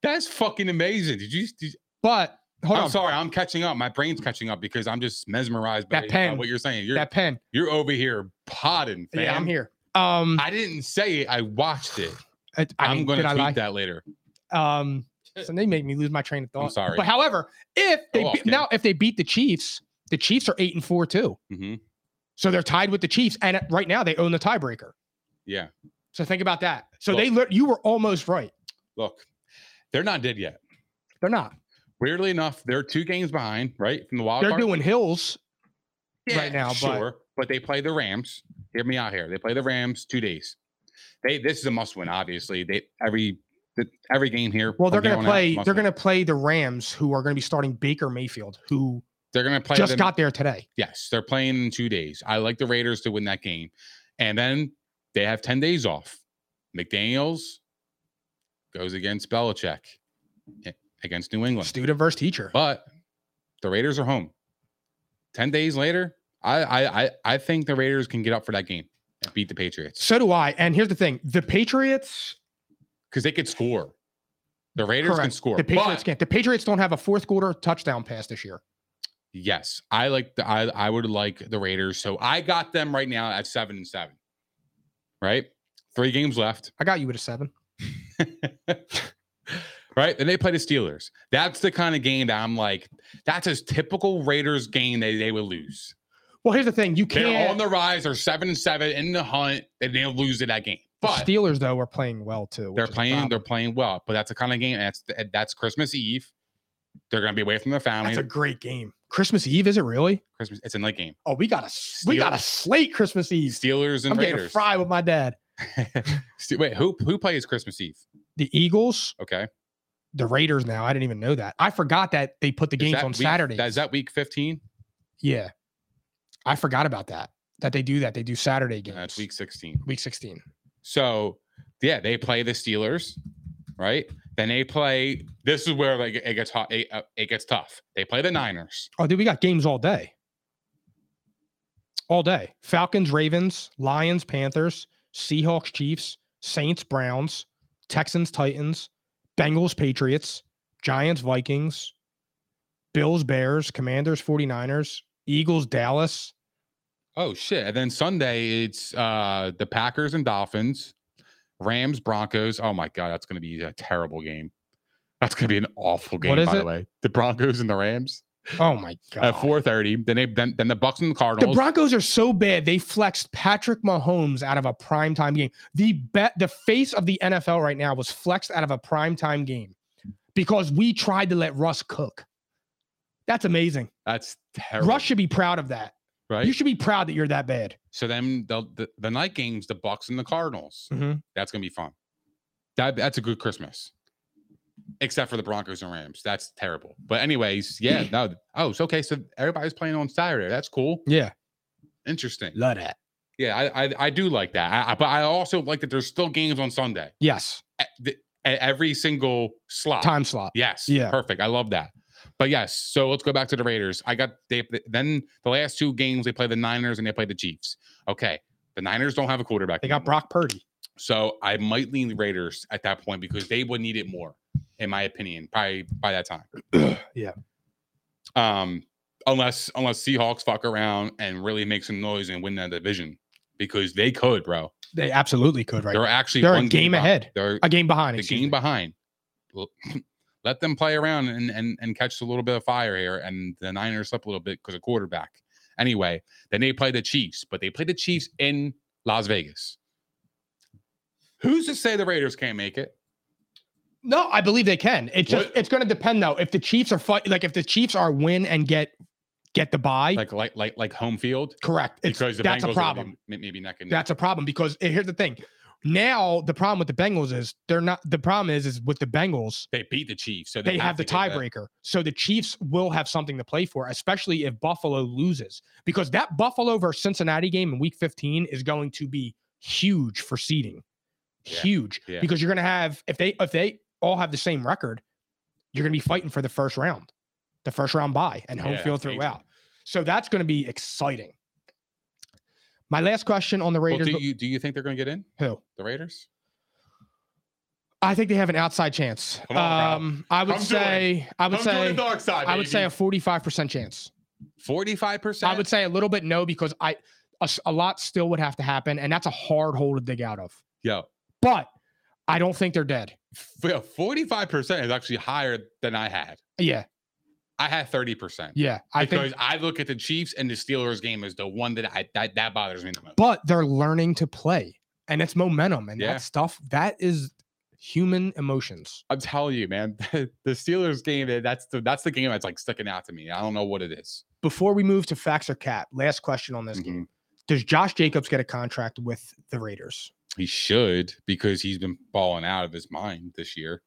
[SPEAKER 1] That's fucking amazing. Did you? Did,
[SPEAKER 2] But hold
[SPEAKER 1] I'm
[SPEAKER 2] on,
[SPEAKER 1] sorry. I'm catching up. My brain's catching up because I'm just mesmerized by,
[SPEAKER 2] That
[SPEAKER 1] by
[SPEAKER 2] pen.
[SPEAKER 1] what you're saying. You're
[SPEAKER 2] that pen.
[SPEAKER 1] you're over here potting. Fam.
[SPEAKER 2] Yeah, I'm here. Um,
[SPEAKER 1] I didn't say it. I watched it.
[SPEAKER 2] I,
[SPEAKER 1] I
[SPEAKER 2] I
[SPEAKER 1] am
[SPEAKER 2] mean,
[SPEAKER 1] going
[SPEAKER 2] did
[SPEAKER 1] to
[SPEAKER 2] I
[SPEAKER 1] tweet
[SPEAKER 2] lie?
[SPEAKER 1] that later.
[SPEAKER 2] Um, so they make me lose my train of thought.
[SPEAKER 1] sorry.
[SPEAKER 2] But however, if they
[SPEAKER 1] Go off,
[SPEAKER 2] beat-
[SPEAKER 1] Kenny.
[SPEAKER 2] now if they beat the Chiefs, the Chiefs are eight and four too,
[SPEAKER 1] hmm
[SPEAKER 2] so they're tied with the Chiefs, and at- right now they own the tiebreaker.
[SPEAKER 1] Yeah.
[SPEAKER 2] So think about that. So
[SPEAKER 1] Look.
[SPEAKER 2] they lit- you were almost right.
[SPEAKER 1] Look, they're not dead yet.
[SPEAKER 2] They're not.
[SPEAKER 1] Weirdly enough, they're two games behind, right? From the wild
[SPEAKER 2] They're
[SPEAKER 1] card.
[SPEAKER 2] doing hills. right now, but-
[SPEAKER 1] Sure, but, they play the Rams. Hear me out here. They play the Rams two days. They this is a must win. Obviously, they every the, every game here.
[SPEAKER 2] Well, they're
[SPEAKER 1] from here
[SPEAKER 2] going
[SPEAKER 1] on
[SPEAKER 2] to
[SPEAKER 1] out
[SPEAKER 2] play.
[SPEAKER 1] is must
[SPEAKER 2] They're
[SPEAKER 1] win.
[SPEAKER 2] going to play the Rams, who are going to be starting Baker Mayfield, who
[SPEAKER 1] they're going to play
[SPEAKER 2] just
[SPEAKER 1] them-
[SPEAKER 2] got there today.
[SPEAKER 1] Yes, they're playing in two days. I like the Raiders to win that game, and then they have ten days off. McDaniel's goes against Belichick eh, against New England,
[SPEAKER 2] Student versus teacher.
[SPEAKER 1] but the Raiders are home. Ten days later, I I I, I think the Raiders can get up for that game and beat the Patriots.
[SPEAKER 2] So do I. And here's the thing: the Patriots
[SPEAKER 1] because they could score. The Raiders can
[SPEAKER 2] Correct.
[SPEAKER 1] score.
[SPEAKER 2] The Patriots
[SPEAKER 1] but-
[SPEAKER 2] can't. The Patriots don't have a fourth quarter touchdown pass this year.
[SPEAKER 1] Yes, I like the. I I would like the Raiders. So I got them right now at seven and seven. Right, three games left.
[SPEAKER 2] I got you at a seven.
[SPEAKER 1] right, then they play the Steelers. That's the kind of game that I'm like. That's a typical Raiders game that they would lose.
[SPEAKER 2] Well, here's the thing: you
[SPEAKER 1] They're on
[SPEAKER 2] can't.
[SPEAKER 1] the rise. They're seven and seven in the hunt, and they'll lose to that game.
[SPEAKER 2] The
[SPEAKER 1] But
[SPEAKER 2] Steelers though are playing well too. which
[SPEAKER 1] they're
[SPEAKER 2] is a
[SPEAKER 1] playing. They're
[SPEAKER 2] problem.
[SPEAKER 1] playing well. But that's the kind of game. That's that's Christmas Eve. They're gonna be away from their family.
[SPEAKER 2] That's a great game. Christmas Eve is it really?
[SPEAKER 1] Christmas. It's a night game.
[SPEAKER 2] Oh, we got a we got a
[SPEAKER 1] Steelers.
[SPEAKER 2] slate Christmas Eve.
[SPEAKER 1] Steelers and
[SPEAKER 2] I'm getting
[SPEAKER 1] Raiders.
[SPEAKER 2] fried with my dad.
[SPEAKER 1] Ste- Wait, who who plays Christmas Eve?
[SPEAKER 2] The Eagles,
[SPEAKER 1] Okay,
[SPEAKER 2] the Raiders. Now I didn't even know that. I forgot that they put the
[SPEAKER 1] Is
[SPEAKER 2] games
[SPEAKER 1] that
[SPEAKER 2] on
[SPEAKER 1] week-
[SPEAKER 2] Saturday.
[SPEAKER 1] that- Is that week fifteen?
[SPEAKER 2] yeah, I forgot about that. That they do that. They do Saturday games.
[SPEAKER 1] That's week sixteen.
[SPEAKER 2] week 16.
[SPEAKER 1] So yeah, they play the Steelers, right? Then they play. This is where like it gets hot. It, uh, it gets tough. They play the Niners.
[SPEAKER 2] Oh, dude, we got games all day. All day. Falcons, Ravens, Lions, Panthers, Seahawks, Chiefs, Saints, Browns, Texans, Titans, Bengals, Patriots, Giants, Vikings, Bills, Bears, Commanders, 49ers, Eagles, Dallas.
[SPEAKER 1] Oh shit! And then Sunday it's uh the Packers and Dolphins, Rams Broncos. Oh my god, that's gonna be a terrible game. That's gonna be an awful game.
[SPEAKER 2] What is
[SPEAKER 1] by
[SPEAKER 2] it?
[SPEAKER 1] the way, the Broncos and the Rams
[SPEAKER 2] Oh my god.
[SPEAKER 1] at four thirty. Then they then, then the Bucks and the
[SPEAKER 2] the
[SPEAKER 1] Cardinals.
[SPEAKER 2] Broncos are so bad. They flexed Patrick Mahomes out of a primetime game. The bet the face of the NFL right now was flexed out of a primetime game because we tried to let Russ cook. That's amazing.
[SPEAKER 1] that's terrible.
[SPEAKER 2] Russ should be proud of that.
[SPEAKER 1] right?
[SPEAKER 2] You should be proud that you're that bad.
[SPEAKER 1] So then the, the the night games, the Bucks and the Cardinals.
[SPEAKER 2] Mhm.
[SPEAKER 1] That's gonna be fun. That that's a good Christmas. Except for the Broncos and Rams. That's terrible. But anyways, yeah, no. Oh, it's okay. So everybody's playing on Saturday. That's cool.
[SPEAKER 2] Yeah.
[SPEAKER 1] Interesting.
[SPEAKER 2] Love that.
[SPEAKER 1] Yeah, I I, I do like that. I, I, but I also like that there's still games on Sunday.
[SPEAKER 2] Yes.
[SPEAKER 1] E- the- e- Every single slot.
[SPEAKER 2] Time slot.
[SPEAKER 1] Yes.
[SPEAKER 2] Yeah.
[SPEAKER 1] Perfect. I love that. But yes, so let's go back to the Raiders. I got they then the last two games they play the Niners and they play the Chiefs. Okay, the Niners don't have a quarterback.
[SPEAKER 2] They got
[SPEAKER 1] anymore.
[SPEAKER 2] Brock Purdy.
[SPEAKER 1] So I might lean the Raiders at that point because they would need it more, in my opinion, probably by that time.
[SPEAKER 2] Yeah.
[SPEAKER 1] Um, unless unless Seahawks fuck around and really make some noise and win that division because they could, bro.
[SPEAKER 2] They absolutely could, right?
[SPEAKER 1] They're actually
[SPEAKER 2] They're a
[SPEAKER 1] one
[SPEAKER 2] game
[SPEAKER 1] behind.
[SPEAKER 2] ahead.
[SPEAKER 1] They're
[SPEAKER 2] a game behind.
[SPEAKER 1] the
[SPEAKER 2] excuse
[SPEAKER 1] game
[SPEAKER 2] me.
[SPEAKER 1] behind. L- Let them play around and, and and catch a little bit of fire here, and the Niners up a little bit because of quarterback. Anyway, then they play the Chiefs, but they play the Chiefs in Las Vegas. Who's to say the Raiders can't make it?
[SPEAKER 2] No, I believe they can. It's just
[SPEAKER 1] What-
[SPEAKER 2] it's going to depend though. If the Chiefs are fight, like if the Chiefs are win and get get the bye,
[SPEAKER 1] Like like like like home field
[SPEAKER 2] correct. It's,
[SPEAKER 1] because the
[SPEAKER 2] that's
[SPEAKER 1] Bengals
[SPEAKER 2] a
[SPEAKER 1] are
[SPEAKER 2] problem.
[SPEAKER 1] maybe, may- maybe not going
[SPEAKER 2] That's a problem because eh, here's the thing. Now the problem with the Bengals is they're not. The problem is is with the Bengals
[SPEAKER 1] they beat the Chiefs, so
[SPEAKER 2] they, have, the
[SPEAKER 1] to get that.
[SPEAKER 2] tiebreaker, so the Chiefs will have something to play for, especially if Buffalo loses because that Buffalo versus Cincinnati game in Week 15 is going to be huge for seeding,
[SPEAKER 1] Yeah,
[SPEAKER 2] huge
[SPEAKER 1] yeah.
[SPEAKER 2] because you're going to have if they if they all have the same record, you're going to be fighting for the first round, the first round bye and home
[SPEAKER 1] Yeah,
[SPEAKER 2] field
[SPEAKER 1] amazing.
[SPEAKER 2] throughout. So that's going to be exciting. My last question on the
[SPEAKER 1] Well,
[SPEAKER 2] Raiders.
[SPEAKER 1] do you do you think they're going to get in
[SPEAKER 2] who?
[SPEAKER 1] the Raiders?
[SPEAKER 2] I think they have an outside chance.
[SPEAKER 1] Come on, bro.
[SPEAKER 2] um, I would
[SPEAKER 1] Come do it.
[SPEAKER 2] say, I would
[SPEAKER 1] Come join
[SPEAKER 2] say,
[SPEAKER 1] the dark side.
[SPEAKER 2] I would say a forty-five percent chance.
[SPEAKER 1] forty-five percent.
[SPEAKER 2] I would say a little bit no because I a s- a lot still would have to happen, and that's a hard hole to dig out of.
[SPEAKER 1] yo.
[SPEAKER 2] But I don't think they're dead.
[SPEAKER 1] forty-five percent is actually higher than I had.
[SPEAKER 2] Yeah,
[SPEAKER 1] I had thirty percent.
[SPEAKER 2] yeah, I
[SPEAKER 1] because
[SPEAKER 2] think.
[SPEAKER 1] I look at the Chiefs and the Steelers game as the one that I that, that bothers me the most.
[SPEAKER 2] But they're learning to play, and it's momentum and
[SPEAKER 1] Yeah.
[SPEAKER 2] that stuff. That is human emotions.
[SPEAKER 1] I'm telling you, man, the Steelers game eh, that's the that's the game that's like sticking out to me. I don't know what it is.
[SPEAKER 2] Before we move to facts or cap, last question on
[SPEAKER 1] Mm-hmm.
[SPEAKER 2] this game: Does Josh Jacobs get a contract with the Raiders?
[SPEAKER 1] He should because he's been balling out of his mind this year.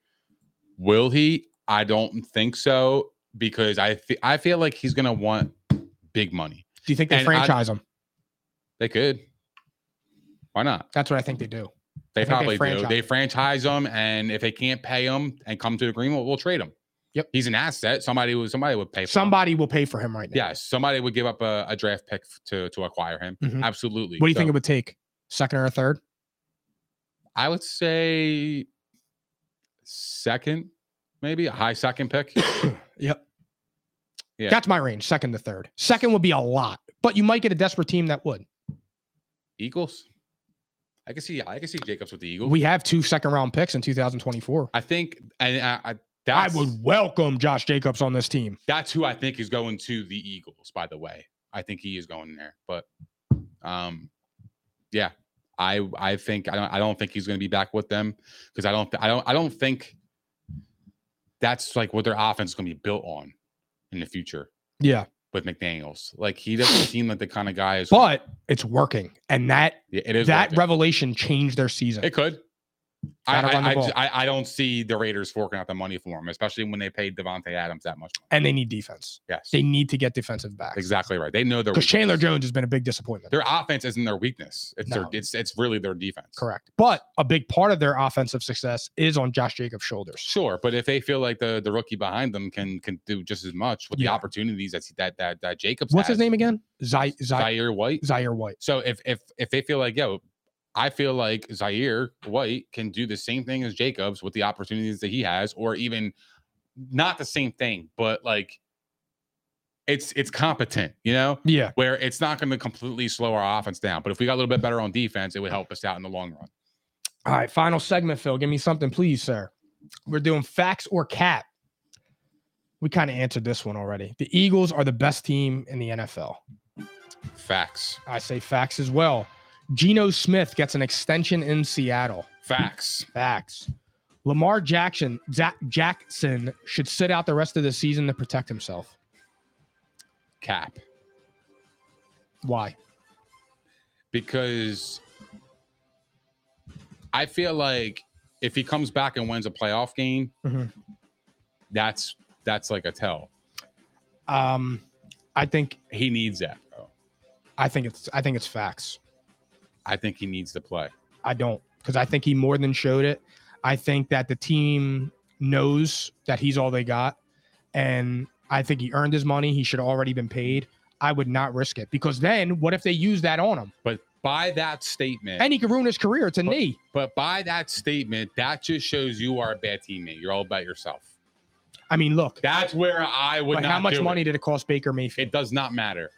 [SPEAKER 1] Will he? I don't think so because I fe- I feel like he's gonna want big money.
[SPEAKER 2] Do you think they
[SPEAKER 1] And I-
[SPEAKER 2] franchise him?
[SPEAKER 1] They could. Why not?
[SPEAKER 2] That's what I think they do.
[SPEAKER 1] They
[SPEAKER 2] I think
[SPEAKER 1] probably do.
[SPEAKER 2] they franchise
[SPEAKER 1] They franchise him, and if they can't pay him and come to agreement, we'll trade him.
[SPEAKER 2] Yep.
[SPEAKER 1] he's an asset. Somebody would somebody would pay. For him.
[SPEAKER 2] Somebody will pay for him right now.
[SPEAKER 1] Yes, somebody would give up a, a draft pick f- to to acquire him.
[SPEAKER 2] Mhm.
[SPEAKER 1] Absolutely.
[SPEAKER 2] What do you think
[SPEAKER 1] So,
[SPEAKER 2] it would take? Second or a third?
[SPEAKER 1] I would say second, maybe a high second pick.
[SPEAKER 2] Yep.
[SPEAKER 1] Yeah.
[SPEAKER 2] That's my range, second to third. Second would be a lot, but you might get a desperate team that would.
[SPEAKER 1] Eagles. I can see. I can see Jacobs with the Eagles.
[SPEAKER 2] We have two second round picks in 2024.
[SPEAKER 1] I think, and I, I
[SPEAKER 2] I
[SPEAKER 1] that's,
[SPEAKER 2] would welcome Josh Jacobs on this team.
[SPEAKER 1] that's who I think is going to the Eagles. By the way, I think he is going there. But, um, yeah, I I think I don't I don't think he's going to be back with them because I don't I don't I don't think that's like what their offense is going to be built on in the future
[SPEAKER 2] Yeah.
[SPEAKER 1] with McDaniel's. Like he doesn't seem like the kind of guy is.
[SPEAKER 2] But it's working. And that
[SPEAKER 1] Yeah, it is
[SPEAKER 2] that
[SPEAKER 1] working.
[SPEAKER 2] revelation changed their season.
[SPEAKER 1] it could. I,
[SPEAKER 2] Gotta run the
[SPEAKER 1] I, I,
[SPEAKER 2] ball.
[SPEAKER 1] just- I, I don't see the Raiders forking out the money for him, especially when they paid Devontae Adams that much.
[SPEAKER 2] and they need defense.
[SPEAKER 1] Money. Yes,
[SPEAKER 2] They need to get defensive back.
[SPEAKER 1] exactly right. They know their
[SPEAKER 2] Because Chandler
[SPEAKER 1] weakness.
[SPEAKER 2] Jones has been a big disappointment.
[SPEAKER 1] their offense isn't their weakness. It's their
[SPEAKER 2] No.
[SPEAKER 1] it's it's really their defense.
[SPEAKER 2] Correct. But a big part of their offensive success is on Josh Jacobs' shoulders.
[SPEAKER 1] Sure, but if they feel like the the rookie behind them can can do just as much with
[SPEAKER 2] Yeah.
[SPEAKER 1] the opportunities that that that that Jacobs
[SPEAKER 2] What's his
[SPEAKER 1] has,
[SPEAKER 2] name again? Zy- Zy-
[SPEAKER 1] Zaire White.
[SPEAKER 2] Zaire White.
[SPEAKER 1] So if if if they feel like yo, I feel like Zaire White can do the same thing as Jacobs with the opportunities that he has, or even not the same thing, but like it's it's competent, you know,
[SPEAKER 2] Yeah.
[SPEAKER 1] where it's not going to completely slow our offense down. But if we got a little bit better on defense, it would help us out in the long run.
[SPEAKER 2] All right, final segment, Phil. Give me something, please, sir. We're doing facts or cap. We kind of answered this one already. The Eagles are the best team in the NFL.
[SPEAKER 1] Facts.
[SPEAKER 2] I say facts as well. Geno Smith gets an extension in Seattle.
[SPEAKER 1] Facts.
[SPEAKER 2] Facts. Lamar Jackson Zach Jackson should sit out the rest of the season to protect himself.
[SPEAKER 1] Cap.
[SPEAKER 2] Why?
[SPEAKER 1] Because I feel like if he comes back and wins a playoff game,
[SPEAKER 2] Mhm.
[SPEAKER 1] that's that's like a tell.
[SPEAKER 2] Um, I think
[SPEAKER 1] He needs that, bro.
[SPEAKER 2] I think it's I think it's facts.
[SPEAKER 1] I think he needs to play.
[SPEAKER 2] I don't because I think he more than showed it. I think that the team knows that he's all they got, and I think he earned his money. He should have already been paid. I would not risk it because then what if they use that on him?
[SPEAKER 1] But by that statement,
[SPEAKER 2] And he could ruin his career. It's a knee.
[SPEAKER 1] but by that statement, that just shows you are a bad teammate. You're all about yourself.
[SPEAKER 2] I mean, look,
[SPEAKER 1] That's where I would
[SPEAKER 2] but
[SPEAKER 1] not.
[SPEAKER 2] how much
[SPEAKER 1] do it.
[SPEAKER 2] money did it cost Baker Mayfield?
[SPEAKER 1] It does not matter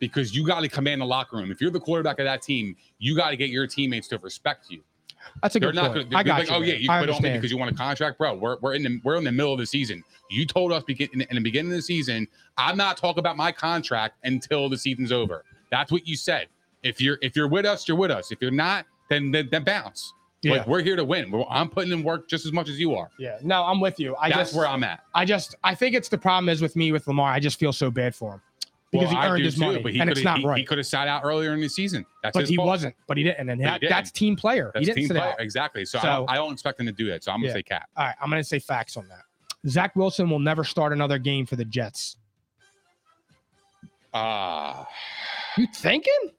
[SPEAKER 1] because you got to command the locker room. If you're the quarterback of that team, you got to get your teammates to respect you.
[SPEAKER 2] That's a
[SPEAKER 1] They're
[SPEAKER 2] good
[SPEAKER 1] not
[SPEAKER 2] point.
[SPEAKER 1] going to
[SPEAKER 2] I got
[SPEAKER 1] like,
[SPEAKER 2] you.
[SPEAKER 1] oh yeah,
[SPEAKER 2] man.
[SPEAKER 1] you put on me
[SPEAKER 2] I understand.
[SPEAKER 1] because you want a contract, bro. We're, we're in the we're in the middle of the season. You told us begin, in, the- in the beginning of the season, I'm not talking about my contract until the season's over. That's what you said. If you're if you're with us, you're with us. If you're not, then then, then bounce.
[SPEAKER 2] yeah.
[SPEAKER 1] Like we're here to win. We're- I'm putting in work just as much as you are.
[SPEAKER 2] yeah. No, I'm with you. I
[SPEAKER 1] That's
[SPEAKER 2] just
[SPEAKER 1] where I'm at.
[SPEAKER 2] I just I think it's the problem is with me with Lamar. I just feel so bad for him because
[SPEAKER 1] Well,
[SPEAKER 2] he
[SPEAKER 1] I
[SPEAKER 2] earned
[SPEAKER 1] do
[SPEAKER 2] his
[SPEAKER 1] too,
[SPEAKER 2] money,
[SPEAKER 1] but he
[SPEAKER 2] and it's
[SPEAKER 1] coulda-
[SPEAKER 2] not
[SPEAKER 1] he-
[SPEAKER 2] right.
[SPEAKER 1] He could have sat out earlier in the season. That's
[SPEAKER 2] but
[SPEAKER 1] his
[SPEAKER 2] he
[SPEAKER 1] fault.
[SPEAKER 2] wasn't. But he didn't, and
[SPEAKER 1] he
[SPEAKER 2] that,
[SPEAKER 1] didn't.
[SPEAKER 2] that's team player.
[SPEAKER 1] That's
[SPEAKER 2] he didn't
[SPEAKER 1] team
[SPEAKER 2] sit
[SPEAKER 1] player.
[SPEAKER 2] out.
[SPEAKER 1] Exactly. So,
[SPEAKER 2] So-
[SPEAKER 1] I, don't, I don't expect him to do that. So I'm gonna
[SPEAKER 2] Yeah.
[SPEAKER 1] say cap.
[SPEAKER 2] All right, I'm going to say facts on that. Zach Wilson will never start another game for the Jets.
[SPEAKER 1] Ah,
[SPEAKER 2] You thinking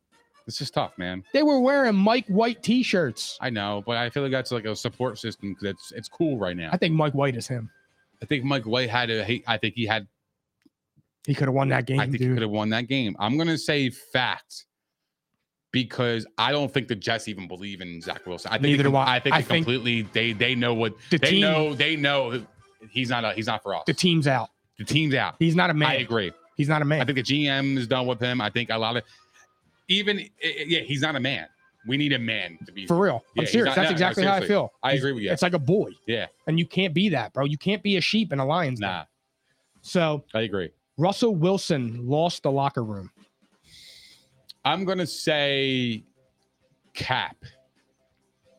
[SPEAKER 1] this is tough, man.
[SPEAKER 2] they were wearing Mike White T-shirts?
[SPEAKER 1] I know, but I feel like that's like a support system because it's it's cool right now.
[SPEAKER 2] I think Mike White is him.
[SPEAKER 1] I think Mike White had a. He, I think he had.
[SPEAKER 2] He could have won that game,
[SPEAKER 1] I think he
[SPEAKER 2] dude.
[SPEAKER 1] could have won that game. I'm gonna say fact because I don't think the Jets even believe in Zach Wilson. I think they
[SPEAKER 2] Neither do
[SPEAKER 1] com-
[SPEAKER 2] I.
[SPEAKER 1] I think
[SPEAKER 2] I
[SPEAKER 1] they
[SPEAKER 2] think-
[SPEAKER 1] completely. They they know what
[SPEAKER 2] The
[SPEAKER 1] they
[SPEAKER 2] team-
[SPEAKER 1] know. They know he's not. A, he's not for us.
[SPEAKER 2] The team's out.
[SPEAKER 1] The team's out.
[SPEAKER 2] He's not a man.
[SPEAKER 1] I agree.
[SPEAKER 2] He's not a man.
[SPEAKER 1] I think the GM is done with him. I think a lot of even i- i- yeah, he's not a man. We need a man to be.
[SPEAKER 2] for real.
[SPEAKER 1] Yeah,
[SPEAKER 2] I'm
[SPEAKER 1] he's
[SPEAKER 2] serious.
[SPEAKER 1] not-
[SPEAKER 2] That's
[SPEAKER 1] no, no,
[SPEAKER 2] exactly how I
[SPEAKER 1] seriously.
[SPEAKER 2] feel.
[SPEAKER 1] I
[SPEAKER 2] He's-
[SPEAKER 1] agree with you.
[SPEAKER 2] It's like a boy,
[SPEAKER 1] yeah,
[SPEAKER 2] and you can't be that, bro. You can't be a sheep in a lion's den.
[SPEAKER 1] nah,
[SPEAKER 2] So
[SPEAKER 1] I agree.
[SPEAKER 2] Russell Wilson lost the locker room.
[SPEAKER 1] I'm gonna say cap.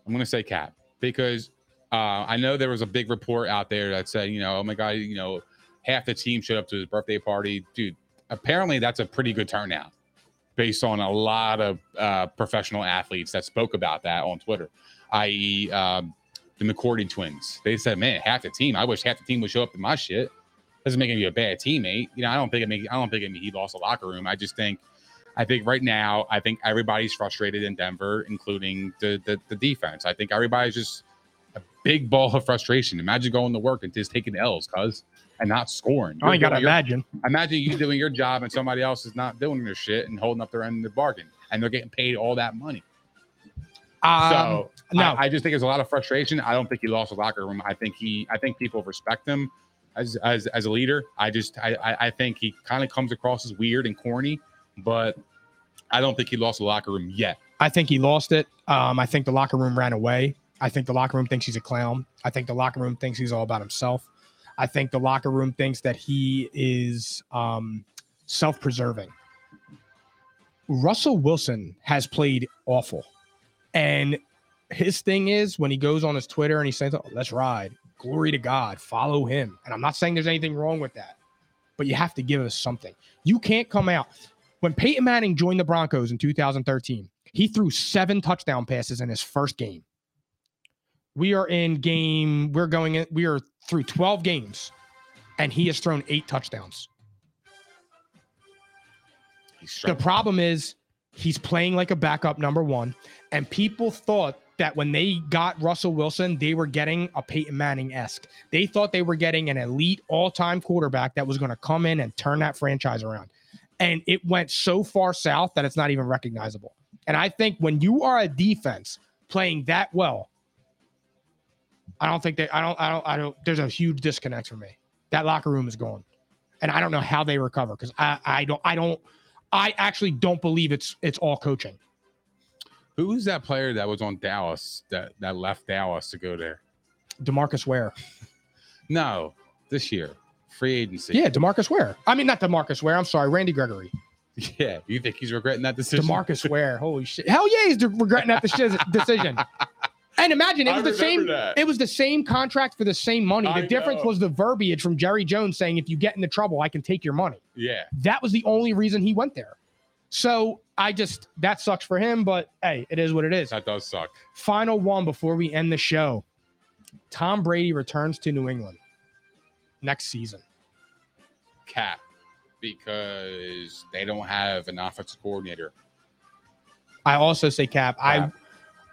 [SPEAKER 1] I'm gonna say cap because uh, I know there was a big report out there that said, you know, oh my god, you know, half the team showed up to his birthday party, dude. Apparently, that's a pretty good turnout, based on a lot of uh, professional athletes that spoke about that on Twitter, i.e., um, the McCordy twins. They said, man, half the team. I wish half the team would show up to my shit. Doesn't make him a bad teammate. You know, I don't think it make. I don't think it mean he lost the locker room. I just think I think right now, I think everybody's frustrated in Denver, including the the, the defense. I think everybody's just a big ball of frustration. Imagine going to work and just taking L's, cuz, and not scoring.
[SPEAKER 2] I ain't got to
[SPEAKER 1] You're doing your-
[SPEAKER 2] imagine.
[SPEAKER 1] Imagine you doing your job and somebody else is not doing their shit and holding up their end of the bargain, and they're getting paid all that money.
[SPEAKER 2] Um,
[SPEAKER 1] so
[SPEAKER 2] no.
[SPEAKER 1] I, I just think it's a lot of frustration. I don't think he lost the locker room. I think he, I think people respect him as as, as a leader. I just, I, I, I think he kind of comes across as weird and corny, but I don't think he lost the locker room yet.
[SPEAKER 2] I think he lost it. Um, I think the locker room ran away. I think the locker room thinks he's a clown. I think the locker room thinks he's all about himself. I think the locker room thinks that he is um, self preserving. Russell Wilson has played awful. And his thing is when he goes on his Twitter and he says, oh, let's ride, glory to God, follow him. And I'm not saying there's anything wrong with that, but you have to give us something. You can't come out. When Peyton Manning joined the Broncos in 2013, he threw seven touchdown passes in his first game. We are in game, we're going, in, we are through 12 games, and he has thrown eight touchdowns.
[SPEAKER 1] He's
[SPEAKER 2] The
[SPEAKER 1] struggling.
[SPEAKER 2] problem is he's playing like a backup number one, and people thought that when they got Russell Wilson, they were getting a Peyton Manning esque. They thought they were getting an elite all time quarterback that was going to come in and turn that franchise around. And it went so far south that it's not even recognizable. And I think when you are a defense playing that well, I don't think that I don't I don't I don't there's a huge disconnect for me. That locker room is gone. And I don't know how they recover because I, I don't I don't I actually don't believe it's it's all coaching.
[SPEAKER 1] Who is that player that was on Dallas that that left Dallas to go there?
[SPEAKER 2] Demarcus Ware.
[SPEAKER 1] No, this year, free agency.
[SPEAKER 2] Yeah, Demarcus Ware. I mean, not Demarcus Ware. I'm sorry, Randy Gregory.
[SPEAKER 1] yeah. You think he's regretting that decision?
[SPEAKER 2] Demarcus Ware. Holy shit. Hell yeah, he's de- regretting that deci- decision. And imagine it
[SPEAKER 1] I
[SPEAKER 2] was the
[SPEAKER 1] remember
[SPEAKER 2] same.
[SPEAKER 1] that.
[SPEAKER 2] It was the same contract for the same money. The
[SPEAKER 1] I
[SPEAKER 2] difference
[SPEAKER 1] know.
[SPEAKER 2] was the verbiage from Jerry Jones saying, "If you get into trouble, I can take your money."
[SPEAKER 1] Yeah.
[SPEAKER 2] That was the only reason he went there. So I just that sucks for him, but hey, it is what it is.
[SPEAKER 1] That does suck.
[SPEAKER 2] Final one before we end the show. Tom Brady returns to New England next season.
[SPEAKER 1] Cap because they don't have an offensive coordinator.
[SPEAKER 2] I also say cap. I
[SPEAKER 1] Cap.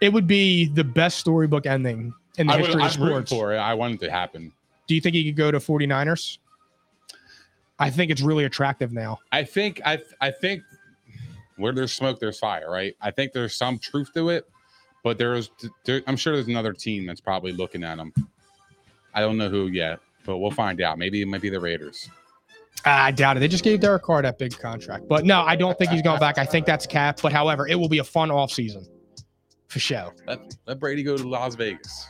[SPEAKER 2] it would be the best storybook ending in the
[SPEAKER 1] I would
[SPEAKER 2] history of
[SPEAKER 1] I'm rooting
[SPEAKER 2] sports.
[SPEAKER 1] for it. I want it to happen.
[SPEAKER 2] Do you think he could go to 49ers? I think it's really attractive now.
[SPEAKER 1] I think I I think where there's smoke, there's fire, right? I think there's some truth to it, but there's there, I'm sure there's another team that's probably looking at them. I don't know who yet, but we'll find out. Maybe it might be the Raiders.
[SPEAKER 2] I doubt it. They just gave Derek Carr that big contract. But no, I don't think he's going back. I think that's cap. But however, it will be a fun offseason for sure.
[SPEAKER 1] Let, let Brady go to Las Vegas.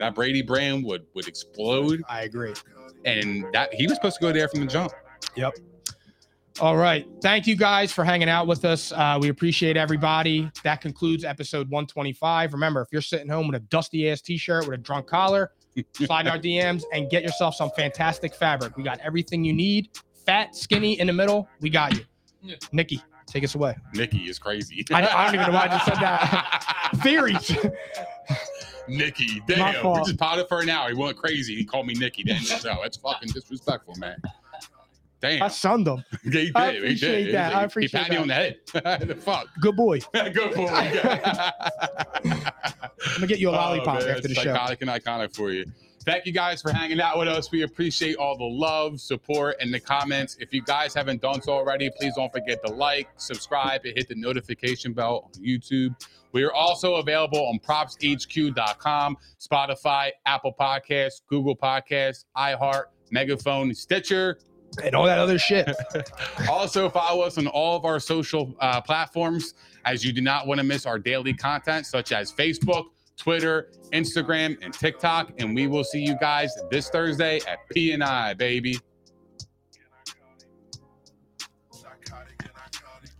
[SPEAKER 1] That Brady brand would would explode,
[SPEAKER 2] I agree.
[SPEAKER 1] and that he was supposed to go there from the jump.
[SPEAKER 2] All right. Thank you guys for hanging out with us. Uh, we appreciate everybody. That concludes episode 125. Remember, if you're sitting home with a dusty ass t shirt with a drunk collar, slide in our DMs and get yourself some fantastic fabric. We got everything you need fat, skinny, in the middle. We got you. Nikki, take us away.
[SPEAKER 1] Nikki is crazy.
[SPEAKER 2] I- I don't even know why I just said that. Theories.
[SPEAKER 1] Nikki,
[SPEAKER 2] My
[SPEAKER 1] damn, we
[SPEAKER 2] fault.
[SPEAKER 1] just potted for an hour. He went crazy. He called me Nikki. Then so that's fucking disrespectful, man. Damn,
[SPEAKER 2] I sunned them.
[SPEAKER 1] he did.
[SPEAKER 2] I
[SPEAKER 1] he did.
[SPEAKER 2] appreciate
[SPEAKER 1] He-
[SPEAKER 2] that. I
[SPEAKER 1] he-
[SPEAKER 2] appreciate
[SPEAKER 1] He patted you on the head. the fuck,
[SPEAKER 2] Good boy.
[SPEAKER 1] good boy.
[SPEAKER 2] I'm gonna get you a lollipop
[SPEAKER 1] Oh, man,
[SPEAKER 2] after the
[SPEAKER 1] it's
[SPEAKER 2] show.
[SPEAKER 1] Iconic and iconic for you. Thank you guys for hanging out with us. We appreciate all the love, support, and the comments. If you guys haven't done so already, please don't forget to like, subscribe, and hit the notification bell on YouTube. We are also available on propshq.com, Spotify, Apple Podcasts, Google Podcasts, iHeart, Megaphone, Stitcher.
[SPEAKER 2] And all that other shit.
[SPEAKER 1] Also, follow us on all of our social uh, platforms as you do not want to miss our daily content, such as Facebook, Twitter, Instagram, and TikTok. And we will see you guys this Thursday at PNI, baby.
[SPEAKER 3] Psychotic and I caught it.